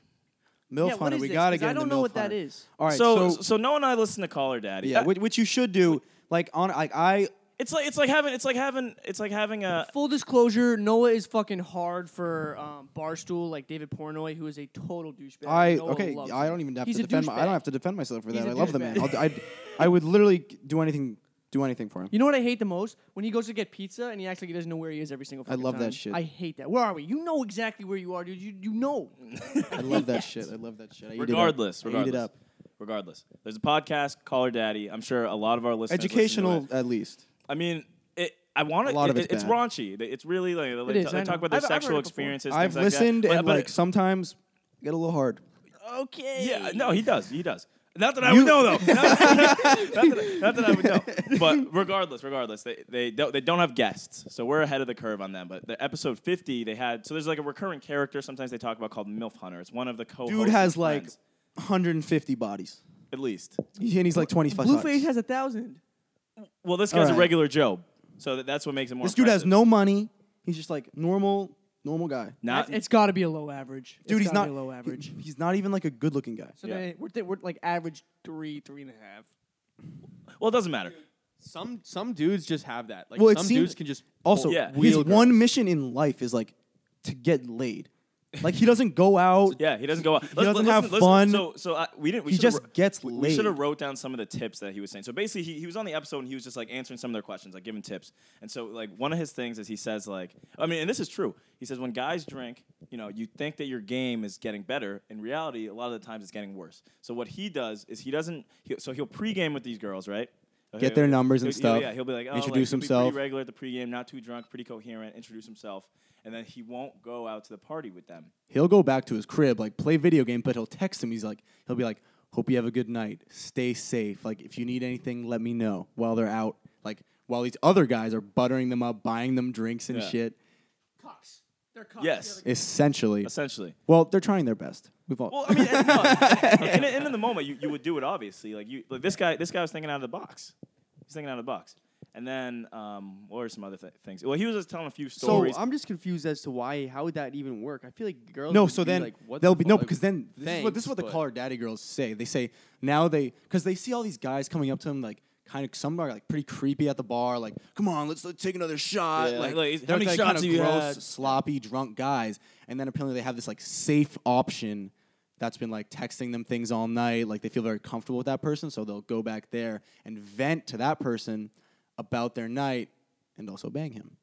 B: MILF
D: yeah, what
B: Hunter.
D: is
B: We
D: this?
B: gotta
D: 'Cause
B: get
D: I
B: into
D: don't know
B: MILF
D: what that
B: Hunter.
D: is.
B: All right.
C: so,
B: So,
C: so no one I listen to Caller Daddy.
B: yeah,
C: Uh,
B: which, which you should do. Like on like I
C: it's like it's like having it's like having it's like having a
D: Full disclosure, Noah is fucking hard for um, Barstool, like David Pornoy, who is a total douchebag.
B: I
D: Noah
B: okay.
D: loves
B: I
D: him.
B: don't even have
D: He's
B: to
D: a
B: defend. My, I
D: douchebag.
B: don't have to defend myself for
D: He's
B: that.
D: a
B: I love the man.
D: douchebag.
B: I'll, I I would literally do anything do anything for him.
D: You know what I hate the most? When he goes to get pizza and he acts like he doesn't know where he is every single fucking
B: love that
D: time.
B: shit.
D: I hate that. Where are we? You know exactly where you are, dude. You you know.
B: I love that shit. I love that shit. I eat it up.
C: regardless,
B: I
C: regardless,
B: eat it up.
C: regardless. There's a podcast, Caller Daddy. I'm sure a lot of our listeners. listen to
B: Educational,
C: it.
B: at least.
C: I mean, it. I want
B: A lot of
C: it,
B: it's
C: It's
B: bad.
C: raunchy. They- It's really like they,
D: It is,
C: ta- they
D: I
C: talk
D: know.
C: about their
D: I've- I've heard
C: sexual
D: it before.
C: experiences.
B: I've
C: things like
B: listened
C: that. But-
B: and
C: but-
B: like sometimes I get a little hard.
D: Okay.
C: Yeah, no, he does. He does. Not that I would know, though. Not that, not that- not that I would know. But regardless, regardless, they they don't they don't have guests, so we're ahead of the curve on them. But the episode fifty, they had so there's like a recurring character. Sometimes they talk about called Milf Hunter. It's one of the co.
B: Dude has like 150 bodies,
C: at least.
B: and he's like 25.
D: Blueface
B: bucks.
D: has a thousand.
C: Well, this guy's
B: Alright.
C: a regular Joe, so that, that's what makes him more.
B: This dude has
C: impressive.
B: no money. He's just like normal, normal guy.
C: Not
D: it's got to be a low average. It's
B: Dude, he's
D: gotta
B: not
D: be a low average.
B: he- he's not even like a good-looking guy.
D: So
C: Yeah.
D: then we're, th- we're like average three, three and a half.
C: well, it doesn't matter.
E: Some some dudes just have that. Like
B: Well, it
E: some
B: seems-
E: dudes can just
B: Also,
E: pull-
C: Yeah.
B: his
E: wheel
B: one mission in life is like to get laid. Like he doesn't go out.
C: Yeah, he doesn't go out. He
B: doesn't have fun.
C: So, so I, we didn't. We
B: He
C: should've
B: just
C: wr-
B: gets
C: we- We
B: laid.
C: should have wrote down some of the tips that he was saying. So basically, he, he was on the episode and he was just like answering some of their questions, like giving tips. And so, like one of his things is he says, like, I mean, and this is true. He says when guys drink, you know, you think that your game is getting better. In reality, a lot of the times it's getting worse. So what he does is he doesn't. He, so he'll pregame with these girls, right?
B: Get their numbers and
C: He'll- he'll-
B: stuff.
C: Yeah, he'll be like, oh,
B: Introduce
C: like, he'll be
B: himself.
C: pretty regular at the pregame, not too drunk, pretty coherent. Introduce himself, and then he won't go out to the party with them.
B: He'll go back to his crib, like play video game, but he'll text him. He's like, he'll be like, "Hope you have a good night. Stay safe. Like, if you need anything, let me know." While they're out, like while these other guys are buttering them up, buying them drinks and
C: Yeah.
B: shit.
D: Cucks. They're cucks.
C: Yes.
D: They're
B: Essentially,
C: Essentially.
B: well, they're trying their best. We've all
C: Well, I mean, and, no, and, and in the moment, you, you would do it obviously. Like you, like this guy, this guy was thinking out of the box. He's thinking out of the box. And then, um, what are some other th- things? Well, he was just telling a few
E: So
C: stories.
E: I'm just confused as to why how would that even work? I feel like girls.
B: No,
E: would
B: so
E: be
B: then
E: like, what
B: they'll be
E: the
B: no
E: fuck?
B: because then this is what this
E: Thanks,
B: is what the
E: but-
B: caller daddy girls say. They say now they because they see all these guys coming up to them like kind of some are like pretty creepy at the bar like come on let's, let's take another shot
C: Yeah,
B: like,
C: like, is-
B: they're,
C: how many
B: like,
C: shots
B: kinda
C: have you
B: gross
C: had?
B: sloppy drunk guys and then apparently they have this like safe option that's been like texting them things all night like they feel very comfortable with that person so they'll go back there and vent to that person about their night and also bang him.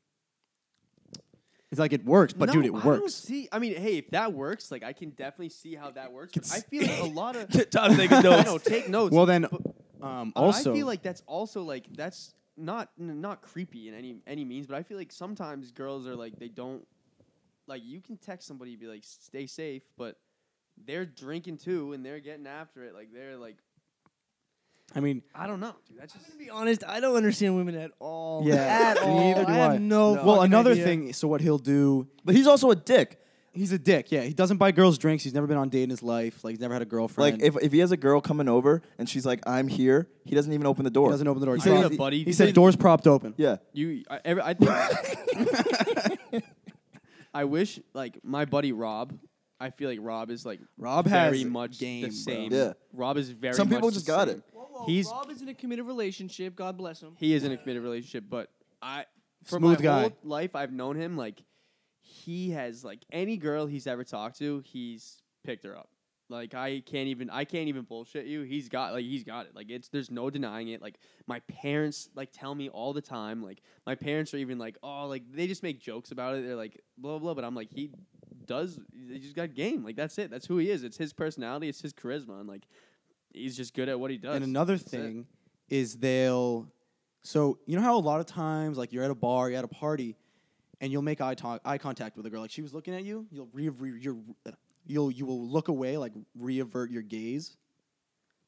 B: It's like it works, but dude,
E: No,
B: it
E: I don't
B: works.
E: see, I mean, hey, if that works, like I can definitely see how that works. But I feel like a lot of
C: Tom's taking
E: I
C: notes.
E: know, take notes.
B: Well then,
E: but-
B: um,
E: but
B: also
E: I feel like that's also like that's not n- not creepy in any any means. But I feel like sometimes girls are like they don't like you can text somebody and be like stay safe, but they're drinking too and they're getting after it. Like they're like
B: I mean,
E: I don't know, dude. That's just
D: To be honest, I don't understand women at all.
B: Yeah.
D: At all.
B: Neither do
D: I have
B: I.
D: no.
B: well,
D: fucking
B: another
D: idea.
B: thing. So what he'll do?
F: But he's also a dick.
B: He's a dick. Yeah, he doesn't buy girls drinks. He's never been on a date in his life. Like he's never had a girlfriend.
F: Like if, if he has a girl coming over and she's like, "I'm here," he doesn't even open the door.
B: he doesn't open the door. He
E: I got
B: says-
E: a buddy-
B: He said doors propped open.
F: Yeah,
E: You, I, every, I think. I wish like my buddy Rob. I feel like Rob is like
B: Rob
E: very
B: has
E: much
B: game,
E: the
B: bro.
E: same.
F: Yeah.
E: Rob is very.
F: Some people
E: much the
F: just got
E: same.
F: it.
D: Whoa, whoa,
E: He's
D: Rob is in a committed relationship. God bless him.
E: he is in a committed relationship, but I for
B: Smooth
E: my
B: guy.
E: whole life I've known him like he has like any girl he's ever talked to, he's picked her up. Like I can't even I can't even bullshit you. He's got like he's got it. Like it's there's no denying it. Like my parents like tell me all the time. Like my parents are even like oh like they just make jokes about it. They're like blah blah. blah. But I'm like he does. He just got game. Like that's it. That's who he is. It's his personality. It's his charisma. And like he's just good at what he does.
B: And another
E: That's it.
B: thing is they'll. So you know how a lot of times, like you're at a bar, you're at a party, and you'll make eye, to- eye contact with a girl. Like she was looking at you, you'll re- re- you're, you'll you will look away, like reavert your gaze.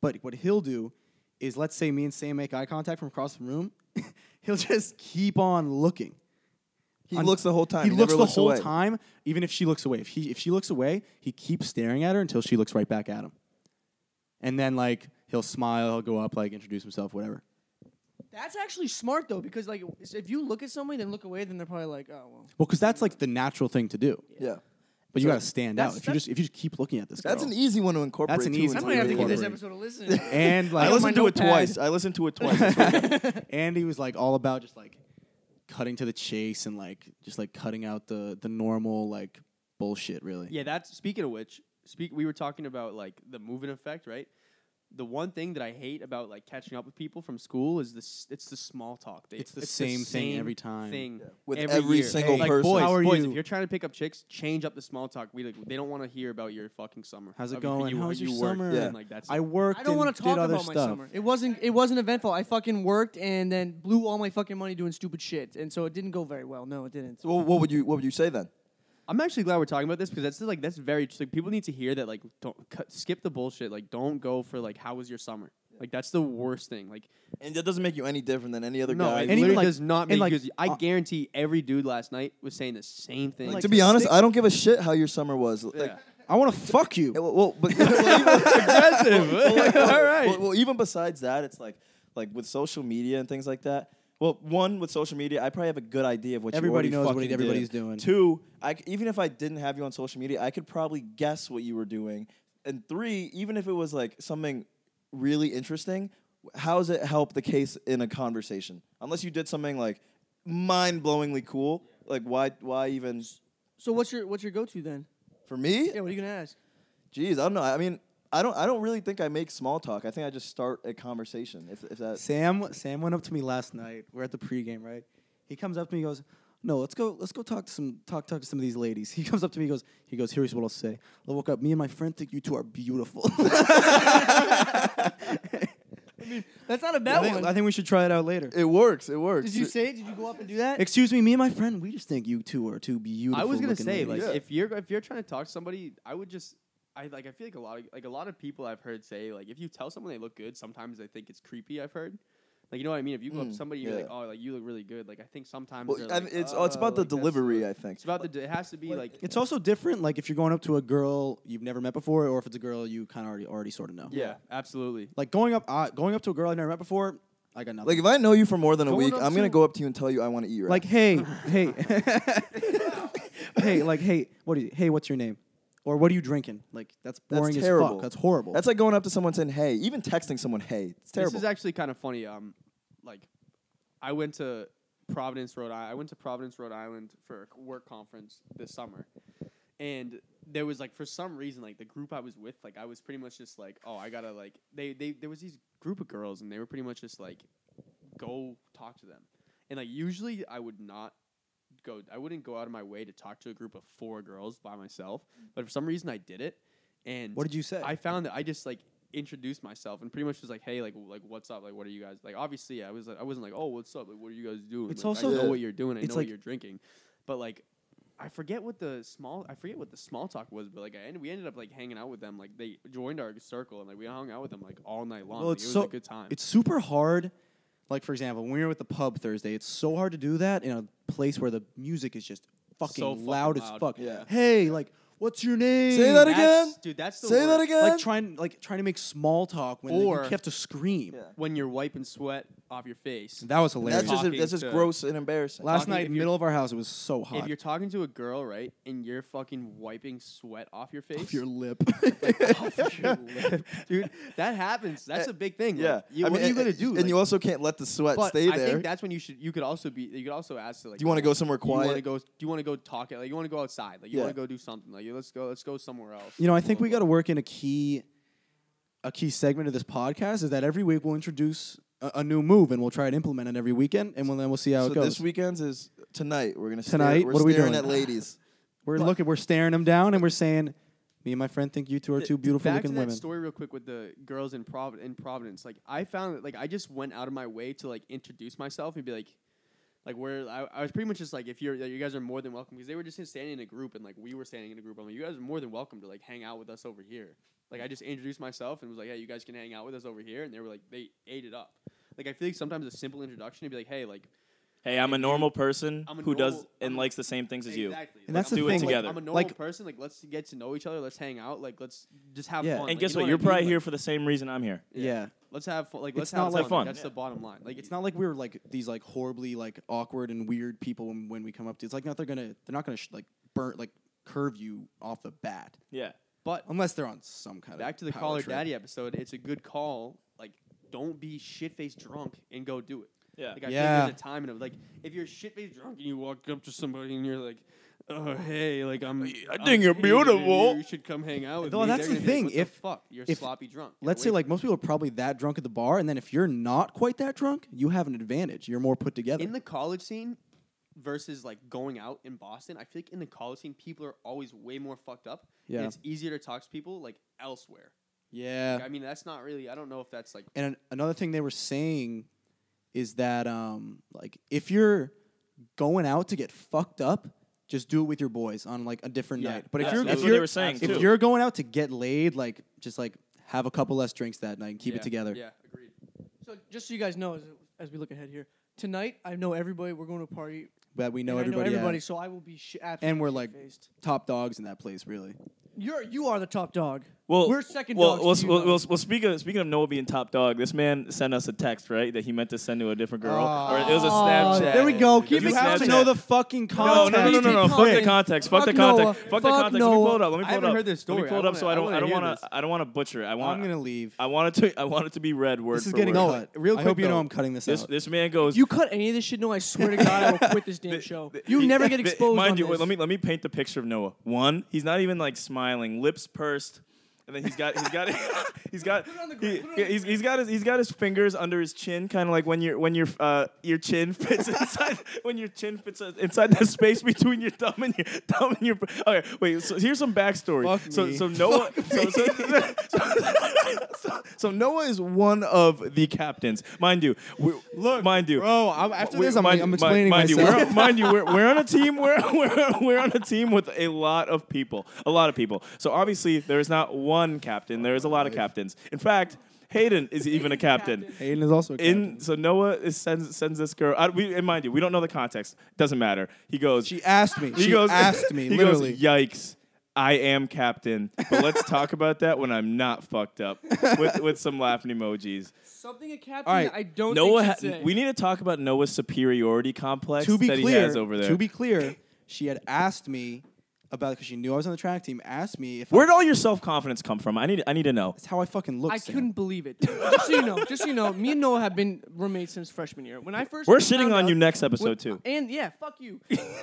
B: But what he'll do is, let's say me and Sam make eye contact from across the room, he'll just keep on looking.
F: He
B: I'm-
F: looks the whole time.
B: He,
F: He,
B: looks
F: never
B: the
F: looks
B: whole
F: away.
B: time, even if she looks away. If he if she looks away, he keeps staring at her until she looks right back at him. And then like he'll smile, he'll go up, like introduce himself, whatever.
D: That's actually smart though, because like if you look at somebody then look away, then they're probably like, oh well.
B: Well, because that's like the natural thing to do.
F: Yeah.
B: But you got to stand out.
D: that's- e-
B: If you just if you just keep looking at this,
F: That's
B: girl.
F: an easy one to incorporate.
B: an
F: too,
B: easy
F: into
D: I'm
B: one
D: gonna
B: to
F: your
D: have to give
F: recording.
D: this
B: incorporate.
D: episode a listen.
B: and
F: I
B: like
F: listened to it twice. I listened to it twice. I swear to God.
B: and he was like all about just like cutting to the chase and like just like cutting out the the normal like bullshit. Really,
E: Yeah, that's speaking of which, speak we were talking about like the moving effect, right? The one thing that I hate about like catching up with people from school is this it's the small talk. They,
B: It's the same thing every time.
E: thing
F: With
E: every,
F: every
E: year.
F: single
E: like,
F: person.
E: Boys,
B: How are
E: boys,
B: you?
E: if you're trying to pick up chicks, change up the small talk. We like they don't want to hear about your fucking summer.
B: How's it
E: of
B: going?
E: You,
B: How's
E: you
B: your
E: work,
B: summer?
E: and,
F: Yeah.
E: like that's
B: I
E: it.
B: worked.
D: I don't
B: want to
D: talk
B: other
D: about my
B: stuff.
D: summer. It wasn't it wasn't eventful. I fucking worked and then blew all my fucking money doing stupid shit, and so it didn't go very well. No, it didn't.
F: So what what would you what would you say then?
E: I'm actually glad we're talking about this because that's like that's very like people need to hear that like don't cut, skip the bullshit. Like don't go for like how was your summer? Like that's the worst thing. Like
F: And that doesn't make you any different than any other
E: No,
F: guy.
E: it
B: even,
E: literally
B: like-
E: does not
B: and,
E: make
B: like,
E: because I
B: uh,
E: guarantee every dude last night was saying the same thing.
B: Like,
F: to be
B: the
F: honest,
B: stick-
F: I don't give a shit how your summer was. Like,
E: yeah.
B: I want to fuck you.
F: Yeah, Well, well, but well, even-
E: aggressive.
F: well, like, well,
E: All right.
F: Well, well, even besides that, it's like like with social media and things like that. Well, one with social media, I probably have a good idea of what you
B: Everybody
F: already
B: knows what
F: fucking did.
B: everybody's doing.
F: Two, I c even if I didn't have you on social media, I could probably guess what you were doing. And three, even if it was like something really interesting, how does it help the case in a conversation? Unless you did something like mind-blowingly cool, like why why even
D: So what's your what's your go to then?
F: for me?
D: Yeah, what are you gonna ask?
F: Jeez, I don't know. I mean, I don't. I don't really think I make small talk. I think I just start a conversation. If, if that.
B: Sam Sam went up to me last night. We're at the pregame, right? He comes up to me, he goes, No, let's go, let's go talk to some talk talk to some of these ladies. He comes up to me, he goes, he goes, here's what I'll say. I woke up, me and my friend think you two are beautiful.
D: That's not a bad
B: I, think,
D: one.
B: I think we should try it out later.
F: It works. It works.
D: Did you say? it? Did you go up and do that?
B: Excuse me, me and my friend, we just think you two are two beautiful.
E: I was gonna
B: looking
E: say
B: ladies."
E: like
F: Yeah.
E: if you're if you're trying to talk to somebody, I would just I like I feel like a lot of like a lot of people I've heard say like if you tell someone they look good, sometimes they think it's creepy. I've heard. Like you know what I mean? If you go up to
F: Mm,
E: somebody, you're like,
F: yeah.
E: oh, like you look really good. Like I think sometimes
F: Well,
E: they're
F: I
E: like,
F: mean, it's
E: oh,
F: it's about the
E: like, that's
F: delivery.
E: not-
F: I think.
E: It's about the. d- It has to be like.
B: it's also different, like if you're going up to a girl you've never met before, or if it's a girl you kinda already already sort of know.
E: Yeah, absolutely.
B: Like going up uh, going up to a girl I've never met before, I got nothing.
F: Like if I know you for more than a
E: Going
F: week,
E: up
F: I'm
E: to-
F: gonna go up to you and tell you I want to eat. Right.
B: Like, hey, hey, hey, like, hey, what is? Hey, what's your name? Or what are you drinking? Like, that's boring
F: that's
B: as
F: terrible.
B: fuck. That's horrible.
F: That's like going up to someone saying, "Hey," even texting someone, "Hey." It's terrible.
E: This is actually kind of funny. Um, like, I went to Providence, Rhode Island. I went to Providence, Rhode Island for a work conference this summer, and there was like for some reason like the group I was with, like I was pretty much just like, oh, I gotta like they they there was these group of girls and they were pretty much just like, go talk to them, and like usually I would not go I wouldn't go out of my way to talk to a group of four girls by myself, but for some reason I did it, and
B: what did you say?
E: I found that I just like introduced myself and pretty much was like, hey, like, like, what's up? Like, what are you guys like? Obviously, I was like, I wasn't like, oh, what's up? Like, what are you guys doing?
B: It's
E: Like,
B: also-
E: I know
F: Yeah.
E: what you're doing. I
B: it's
E: know
B: like-
E: what you're drinking, but like, I forget what the small I forget what the small talk was, but like, I ended, we ended up like hanging out with them. Like, they joined our circle and like we hung out with them like all night long.
B: Well,
E: Like,
B: it's
E: it was
B: so-
E: a good time.
B: it's super hard. Like, for example, when we were at the pub Thursday, it's so hard to do that in a place where the music is just fucking,
E: So fucking
B: loud, as
E: loud,
B: fuck.
F: yeah.
B: Hey, like, what's your name?
F: Say that
E: That's-
F: again?
E: dude. That's the
F: say that
E: worst.
F: again.
B: Like trying, like trying to make small talk when
E: Or-
B: you have to scream.
F: Yeah.
E: When you're wiping sweat off your face,
B: That was
F: that's
B: hilarious.
F: just
E: Talking
F: that's just
E: to-
F: gross and embarrassing.
B: Last
E: Talking-
B: night,
E: if
B: in the
E: you're-
B: middle of our house, it was so hot.
E: if you're talking to a girl, right, and you're fucking wiping sweat off your face,
B: off your lip.
E: dude. That happens. That's a big thing.
F: yeah.
E: Like, you,
F: I
E: what
F: mean,
E: are you
F: a-
E: gonna do?
F: And
E: Like,
F: you also can't let the sweat
E: but
F: stay
E: I
F: there.
E: think that's when you should. You could also be. You could also ask to like.
F: do you want to go somewhere
E: Do you want to
F: quiet?
E: go? Do you want to go talk? Like you want to go outside? Like you
F: Yeah.
E: want to go do something? Like dude. Let's go. Let's go somewhere else.
B: You know, I think we got to work in a key, a key segment of this podcast is that every week we'll introduce a, a new move and we'll try and implement it every weekend, and we'll, then we'll see how
F: So
B: it goes.
F: this weekend's is tonight. We're gonna
B: Tonight?
F: Stare, we're
B: What are we
F: staring
B: doing?
F: at ladies.
B: we're looking, we're staring them down, and we're saying, "Me and my friend think you two are
E: Th-
B: two beautiful
E: back
B: looking
E: to that
B: women."
E: story real quick with the girls in Prov- in Providence. Like I found that like I just went out of my way to like introduce myself and be like like where I, I was pretty much just like if you're you guys are more than welcome because they were just standing in a group and like we were standing in a group. I'm like you guys are more than welcome to like hang out with us over here. Like I just introduced myself and was like hey you guys can hang out with us over here and they were like they ate it up. Like I feel like sometimes a simple introduction would be like hey like
C: Hey, I'm a normal person
E: I'm a
C: who does
E: normal-
C: and
E: I'm a-
C: likes the same things as you.
E: Exactly.
B: And
E: Like,
B: that's
E: I'm
B: the
E: a-
C: thing.
E: like,
C: Together.
E: I'm a normal
B: Like-
E: person. Like let's get to know each other. Let's hang out. Like let's just have
B: Yeah.
E: fun.
C: And
E: Like,
C: guess
E: you know
C: what? You're
E: I mean?
C: probably
E: Like,
C: here for the same reason I'm here.
B: yeah.
E: Let's have fun. Like
B: It's
E: let's have
B: not like-
E: fun.
C: fun.
E: That's the bottom line. Like
B: It's not like we were like these like horribly like awkward and weird people when, when we come up to. It's like not they're gonna they're not gonna sh- like burn like curve you off the bat
C: Yeah.
E: But
B: unless they're on some kind of
E: back to the
B: power
E: caller
B: trip.
E: daddy episode. It's a good call. Like don't be shit faced drunk and go do it.
C: Yeah.
E: Like I
B: Yeah.
E: think there's a time and it was like if you're shit faced drunk and you walk up to somebody and you're like. Oh hey, like I'm. I
C: think you're beautiful."
E: You should come hang out with
B: Well,
E: me.
B: that's
E: They're
B: the
E: gonna be
B: thing,
E: Like, what
B: if-
E: the fuck, you're
B: if-
E: sloppy drunk. Get
B: Let's
E: away
B: say
E: from
B: like most people are probably that drunk at the bar, and then if you're not quite that drunk, you have an advantage. You're more put together.
E: in the college scene versus like going out in Boston, I feel like in the college scene people are always way more fucked up. and
B: Yeah.
E: it's easier to talk to people like elsewhere.
B: yeah.
E: Like, I mean, that's not really. I don't know if that's like.
B: And an- another thing they were saying is that um like if you're going out to get fucked up, just do it with your boys on like a different
E: Yeah,
B: night. But if
C: That's
B: you're
C: what
B: if
C: they
B: you're
C: were saying,
B: if
C: too.
B: you're going out to get laid, like just like have a couple less drinks that night and keep
E: yeah,
B: it together.
E: Yeah, agreed.
D: So just so you guys know, as, as we look ahead here tonight, I know everybody. We're going to a party.
B: But we know
D: and
B: everybody.
D: I know
B: at
D: everybody, so I will be sh- absolutely
B: And we're, like-
D: shit-faced.
B: top dogs in that place, really.
D: you're you are the top dog.
C: Well,
D: we're second.
C: Well,
D: dogs
C: well,
D: to you,
C: well,
D: though.
C: well, well, speaking of, speaking of Noah being top dog, this man sent us a text, right? That he meant to send to a different girl, or it was a
B: Oh,
C: Snapchat.
B: there we go.
C: It was
B: Keep
C: a
B: it have to
C: Snapchat.
B: know the fucking
C: No, no,
B: context.
C: no, no, no, no.
B: you
C: Fuck the
B: prick.
C: context. Fuck, the
B: Fuck Noah.
C: context. Fuck the
B: Fuck
C: context. Let me pull it
B: Noah.
C: up. Let me
E: I
C: pull it up.
E: haven't heard
C: Let
E: this story.
C: me pull it
E: I
C: up so I
E: wanna-
C: don't.
E: I
C: I don't
E: wanna
C: want
E: hear
C: to. I don't want to butcher. it. I want.
B: I'm gonna leave.
C: I want it to. I want it to be read word
B: this is
C: for
B: getting
C: word.
B: cut. Real quick,
E: I hope
B: you know
E: though.
B: I'm cutting this,
C: This
B: out.
C: this man goes.
D: you cut any of this shit, no, I swear to God, I will quit this damn show. You never get
C: the-
D: exposed.
C: Mind
D: on
C: you, wait,
D: this.
C: let me let me paint the picture of Noah. One, he's not even like smiling, lips pursed, and then he's got he's got he's got
D: on the
C: he,
D: ground, put it on the
C: he's, he's got his he's got his fingers under his chin, kind of like when your when your uh, your chin fits inside when your chin fits inside the space between your thumb and your thumb and your. Okay, wait. So here's some backstory.
B: Fuck
C: so
B: me.
C: so Noah so, so, so, so Noah is one of the captains, mind you. We, Look, mind you,
B: bro, I'm- after
C: we-
B: this, I'm- I'm explaining
C: mind you,
B: myself.
C: we're- mind you, we're, we're on a team. We're, we're, we're on a team with a lot of people. A lot of people. So obviously, there is not one captain. There is a lot of captains. In fact, Hayden is even a captain.
B: Aiden is also a
C: In
B: captain.
C: so Noah is sends sends this girl. I, we, and mind you, we don't know the context. Doesn't matter. He goes.
B: She asked me.
C: he
B: she
C: goes.
B: asked me.
C: he
B: literally.
C: Goes, Yikes. I am captain, but let's talk about that when I'm not fucked up with, with some laughing emojis.
D: something a captain.
B: All right.
D: I don't.
C: Noah,
D: think
C: ha-
D: should say.
C: we need to talk about Noah's superiority complex
B: to be
C: that
B: clear,
C: he has over there.
B: to be clear, she had asked me about because she knew I was on the track team. Asked me if
C: Where'd
B: I,
C: all your self confidence come from? I need I need to know.
B: that's how I fucking look.
D: I
B: Sam.
D: couldn't believe it. just so you know, just so you know, me and Noah have been roommates since freshman year. When I first
C: We're
D: found
C: shitting on
D: out-
C: you next episode
D: when-
C: too.
D: And yeah, fuck you.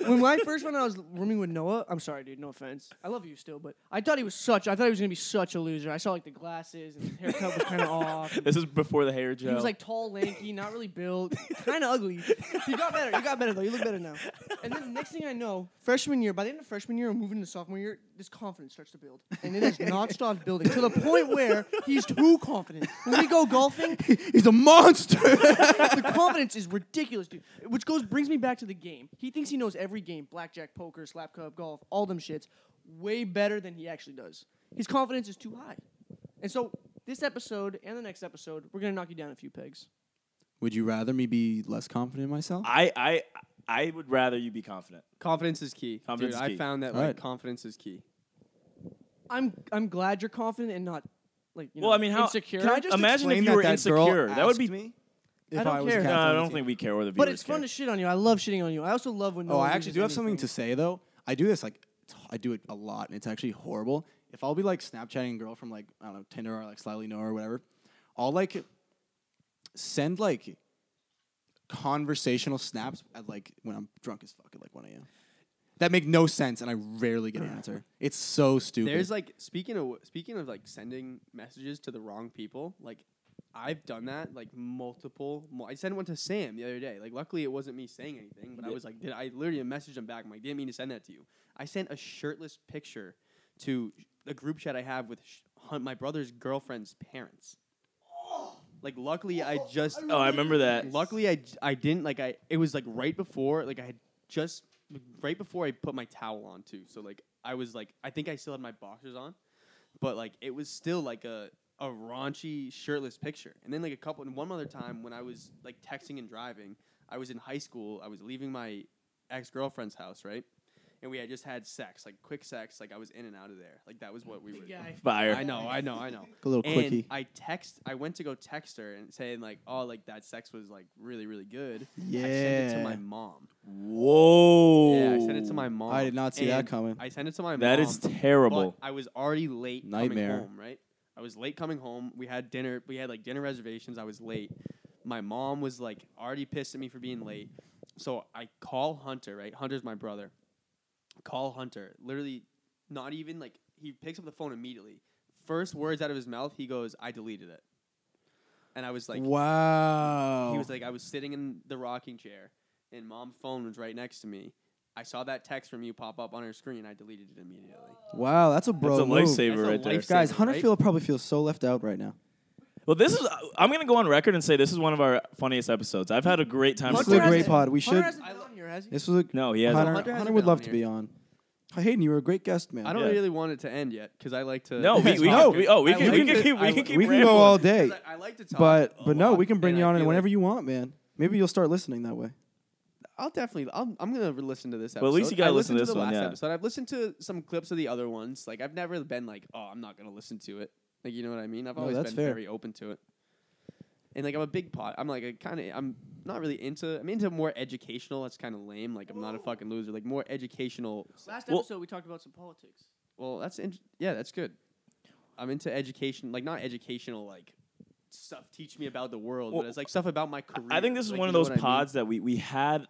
D: when I first found out I was rooming with Noah, I'm sorry, dude, no offense. I love you still, but I thought he was such. I thought he was gonna be such a loser. I saw like the glasses and his haircut was kind of off.
C: This is before the hair gel.
D: He was like tall, lanky, not really built, kind of ugly. You got better. You got better though. You look better now. And then the next thing I know, freshman year. By the end of freshman year, moving into sophomore year, this confidence starts to build, and it has not stopped building to the point where he's too confident. When we go golfing,
B: He's a monster.
D: the confidence is ridiculous, dude. Which goes brings me back to the game. He thinks he knows every game: blackjack, poker, slap cup, golf, all them shits, way better than he actually does. His confidence is too high, and so this episode and the next episode, we're gonna knock you down a few pegs.
B: Would you rather me be less confident in myself?
C: I I I would rather you be confident.
E: Confidence is key.
C: Confidence
E: Dude,
C: is
E: I
C: key.
E: found that
B: All
E: like
B: right.
E: confidence is key.
D: I'm I'm glad you're confident and not like you
C: Well,
D: know,
C: I mean, how
D: insecure.
C: Can I just imagine if
B: explain
C: you were
B: that that girl
C: insecure? That would
B: asked
C: be.
B: me if
D: I don't
B: was
D: care.
B: captain
C: No,
B: of
C: I
B: the
C: don't
B: team.
C: think we care where the viewers.
D: but it's fun
C: care.
D: to shit on you. I love shitting on you. I also love when. no
B: Oh,
D: one
B: I actually
D: uses
B: do have something
D: anything.
B: to say though. I do this like it's h- I do it a lot, and it's actually horrible. If I'll be like Snapchatting a girl from like I don't know Tinder or like slightly know or whatever, I'll like send like conversational snaps at like when I'm drunk as fuck at like 1 a.m. that make no sense, and I rarely get an answer. It's so stupid.
E: There's like speaking of speaking of like sending messages to the wrong people. Like I've done that like multiple. mul- I sent one to Sam the other day. Like luckily it wasn't me saying anything, but I was like, did I literally messaged him back? I'm like, didn't mean to send that to you. I sent a shirtless picture to a group chat I have with sh- hun- my brother's girlfriend's parents. Like luckily I just
C: Oh, I remember that.
E: Luckily, I, j- I didn't like I. It was like right before like I had just right before I put my towel on too. So like I was like I think I still had my boxers on, but like it was still like a a raunchy shirtless picture. And then like a couple and one other time when I was like texting and driving, I was in high school. I was leaving my ex girlfriend's house right, and we had just had sex like quick sex. Like I was in and out of there. Like that was what we were.
C: Fire.
E: I know, I know, I know.
B: a little
E: and
B: quickie.
E: I text. I went to go text her and saying like, "Oh, like that sex was like really, really good." I sent it to
B: Yeah.
E: my mom.
C: Whoa.
E: Yeah, I sent it to my mom.
B: I did not see that
E: and
B: coming.
E: I sent it to my mom.
C: That is
E: but
C: terrible.
E: I was already late
B: Nightmare.
E: coming home. Right, I was late coming home. We had dinner. We had like dinner reservations. I was late. My mom was like already pissed at me for being late. So I call Hunter. Right, Hunter's my brother. Call Hunter. Literally, not even like he picks up the phone immediately. First words out of his mouth, he goes, "I deleted it." And I was like,
B: wow.
E: he was like, I was sitting in the rocking chair, and mom's phone was right next to me. I saw that text from you pop up on her screen. I deleted it immediately.
B: wow, that's a bro.
C: That's a
B: move.
C: lifesaver
E: That's a
C: right there.
E: lifesaver.
B: Guys,
E: Saver,
B: Hunter
E: right?
B: Field probably feels so left out right now.
C: Well, this is. I'm gonna go on record and say this is one of our funniest episodes. I've had a great time.
B: This
D: Hunter
B: is a
C: recording.
B: great
D: has-
B: pod. We should.
D: Hunter hasn't been on here, has he?
B: This was a
C: No, he hasn't.
B: Hunter,
E: Hunter
B: Hunter,
E: hasn't
B: would
E: been
B: love
E: on
B: to be
E: here.
B: on. Hayden, you were a great guest, man.
E: I don't
C: Yeah.
E: really want it to end yet because I like to.
C: No, we, we,
E: talk.
C: we, oh, we
E: I
C: can,
E: like
C: we can
E: to-
C: keep,
E: I
C: we can
E: like-
C: keep
B: we can go
C: rambling.
B: all day,
E: 'cause I, I like to talk.
B: but
E: a
B: but no,
E: lot,
B: we can bring
E: and
B: you
E: I
B: on in
E: feel
B: whenever
E: like-
B: you want, man. Maybe you'll start listening that way.
E: I'll definitely. I'll, I'm gonna re- listen to this episode.
C: Well, at least you gotta
E: I
C: listen
E: listened
C: to
E: to
C: this
E: the
C: one,
E: last
C: yeah.
E: episode. I've listened to some clips of the other ones. Like I've never been like, oh, I'm not gonna listen to it. Like you know what I mean? I've
B: No,
E: always
B: that's
E: been
B: fair.
E: very open to it. And like I'm a big pot. I'm like a kind of. I'm not really into. I'm into more educational. That's kind of lame. Like I'm not a fucking loser. Like more educational.
D: Last
C: Well-
D: episode we talked about some politics.
E: Well, that's in, yeah, that's good. I'm into education. Like not educational. Like stuff. Teach me about the world.
C: Well,
E: but it's like stuff about my career.
C: I think this is
E: Like,
C: one
E: you
C: of
E: know
C: those
E: what I mean?
C: pods that we, we had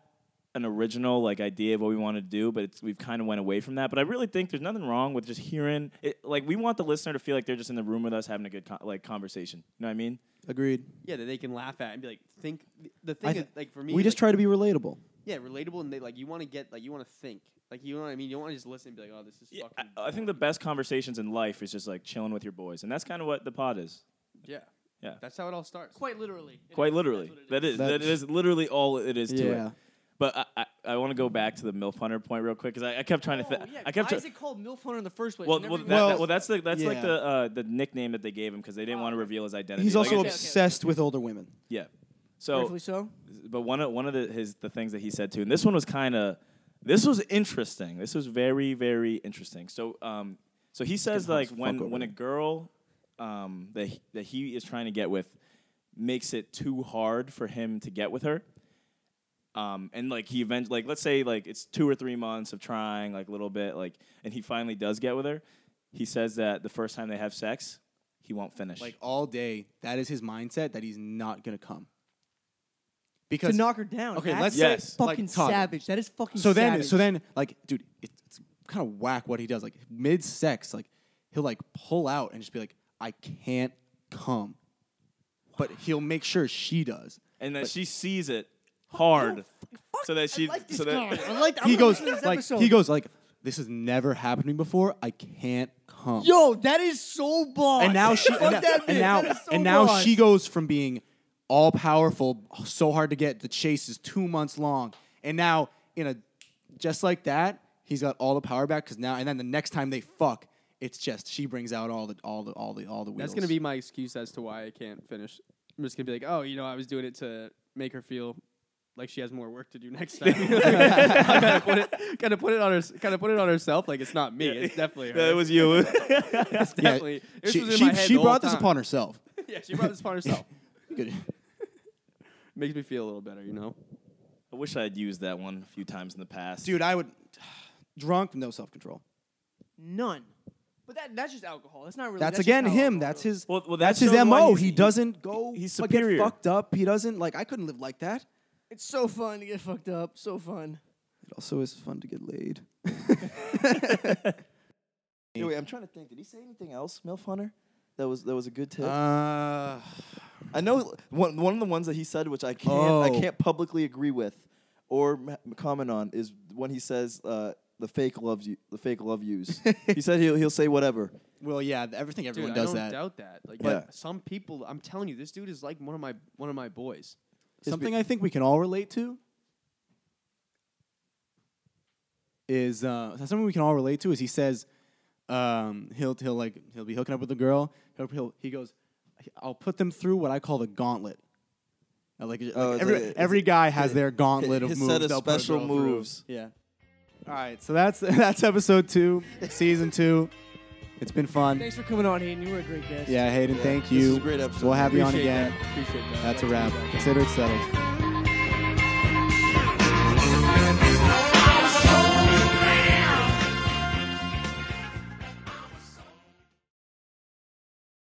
C: an original like idea of what we wanted to do, but it's, we've kind of went away from that. But I really think there's nothing wrong with just hearing it. Like we want the listener to feel like they're just in the room with us having a good con- like conversation. You know what I mean?
B: Agreed.
E: Yeah, that they can laugh at and be like, think. The
B: I
E: thing
B: th-
E: is, like for me,
B: We just
E: like,
B: try to be relatable.
E: Yeah, relatable, and they like you want to get like you want to think, like you know what I mean. You don't want to just listen and be like, oh, this is
C: Yeah,
E: fucking.
C: I, I think the
E: boring."
C: best conversations in life is just like chilling with your boys, and that's kind of what the pod is.
E: Yeah,
C: Yeah.
E: That's how it all starts.
D: Quite literally. It
C: Quite
D: is-
C: literally,
D: that's what
C: that
D: it
C: is that
B: That's-
C: is literally all it is to
B: Yeah.
C: it. But I, I, I want to go back to the milf hunter point real quick because I, I kept trying to
D: Oh,
C: think.
D: yeah,
C: I kept try-
D: Why is it called MILF Hunter in the first place?
C: Well,
D: Never
C: well, that,
D: even-
C: that- well, that's the that's like
B: yeah.
C: the uh, the nickname that they gave him because they didn't want to
D: Oh.
C: reveal his identity.
B: He's
C: Like,
B: also
C: it-
D: okay, okay,
B: obsessed with older women.
C: yeah. So,
D: Rightfully so.
C: but one of one of the his the things that he said too, and this one was kind of this was interesting. This was very very interesting. So, um, so he says
B: House
C: like
B: fuck
C: when
B: over
C: when a
B: there.
C: girl um that he, that he is trying to get with makes it too hard for him to get with her. Um, and like he event like let's say like it's two or three months of trying like a little bit like and he finally does get with her. He says that the first time they have sex, he won't finish.
B: Like all day, that is his mindset that he's not gonna come. Because
D: To knock her down.
B: Okay,
D: That's
B: let's
C: say- Yes.
B: like,
D: fucking
B: Todd.
D: savage. That is fucking
B: so then
D: savage.
B: so then like dude it, it's kind of whack what he does like mid sex like he'll like pull out and just be like i can't come but he'll make sure she does
C: and that she sees it hard. So that she,
D: I like this
C: so
D: guy.
C: that
D: I like. I'm
B: he
D: gonna
B: goes
D: listen to this
B: like
D: episode.
B: he goes like this has never happened to me before i can't come
D: Yo, that is so boss.
B: and now she
D: Fuck
B: and,
D: that
B: and
D: bitch.
B: now
D: That is so
B: and now
D: boss.
B: she goes from being all powerful so hard to get the chase is two months long and now in a just like that he's got all the power back because now and then the next time they fuck it's just she brings out all the all the all the all the wheels
E: That's gonna be my excuse as to why I can't finish. I'm just gonna be like, oh, you know, I was doing it to make her feel like she has more work to do next time. I gotta put it, gotta put it on her, gotta put it on herself. Like it's not me. It's definitely her.
C: that was you.
E: it's
B: Yeah,
E: definitely. this
B: she
E: was in
B: she,
E: my head
B: she
E: the whole
B: brought this
E: time.
B: upon herself
E: Yeah, she brought this upon herself.
B: Good.
E: Makes me feel a little better, you know.
C: I wish I had used that one a few times in the past,
B: dude i would drunk no self-control
D: none. But that that's just alcohol. That's not really.
B: that's
D: just
B: again
D: how
B: him
D: alcohol
B: that's
D: goes.
B: his
C: Well- well, that
B: that's his
C: shows why
B: mo
C: he's-
B: he
C: he-
B: doesn't go
C: he's
B: like,
C: superior.
B: get fucked up he doesn't like i couldn't live like that
D: It's so fun to get fucked up. So fun.
B: It also is fun to get laid.
F: Yeah, wait, I'm trying to think. Did he say anything else, Milf Hunter? That was that was a good tip.
B: Uh,
F: I know one one of the ones that he said, which I can't I
B: Oh.
F: can't publicly agree with or m- comment on, is when he says uh, the fake loves you, the fake love yous. he said he'll he'll say whatever.
G: Well, yeah, th- everything
E: Dude,
G: everyone
E: I
G: does
E: don't
G: that.
E: doubt that. Like,
F: Yeah.
E: but some people, I'm telling you, this dude is like one of my one of my boys.
B: something I think we can all relate to is uh, something we can all relate to is he says um, he'll he'll like he'll be hooking up with a girl. He'll, he'll he goes, I'll put them through what I call the gauntlet. Uh, Like, like
F: Oh, it's
B: every
F: like- it's
B: every
F: like-
B: guy has their gauntlet of
F: his
B: moves.
F: set of
B: they'll put a
F: special
B: girl through.
F: moves.
B: Yeah. All right, so that's that's episode two, season two. It's been fun.
D: Thanks for coming on, Hayden. You were a great guest.
B: Yeah, Hayden, thank
F: This
B: you.
F: is a great episode.
B: We'll have you on
E: Appreciate
B: again.
E: that. Appreciate that.
B: That's a
E: Thank you,
B: wrap.
E: man.
B: Consider it settled.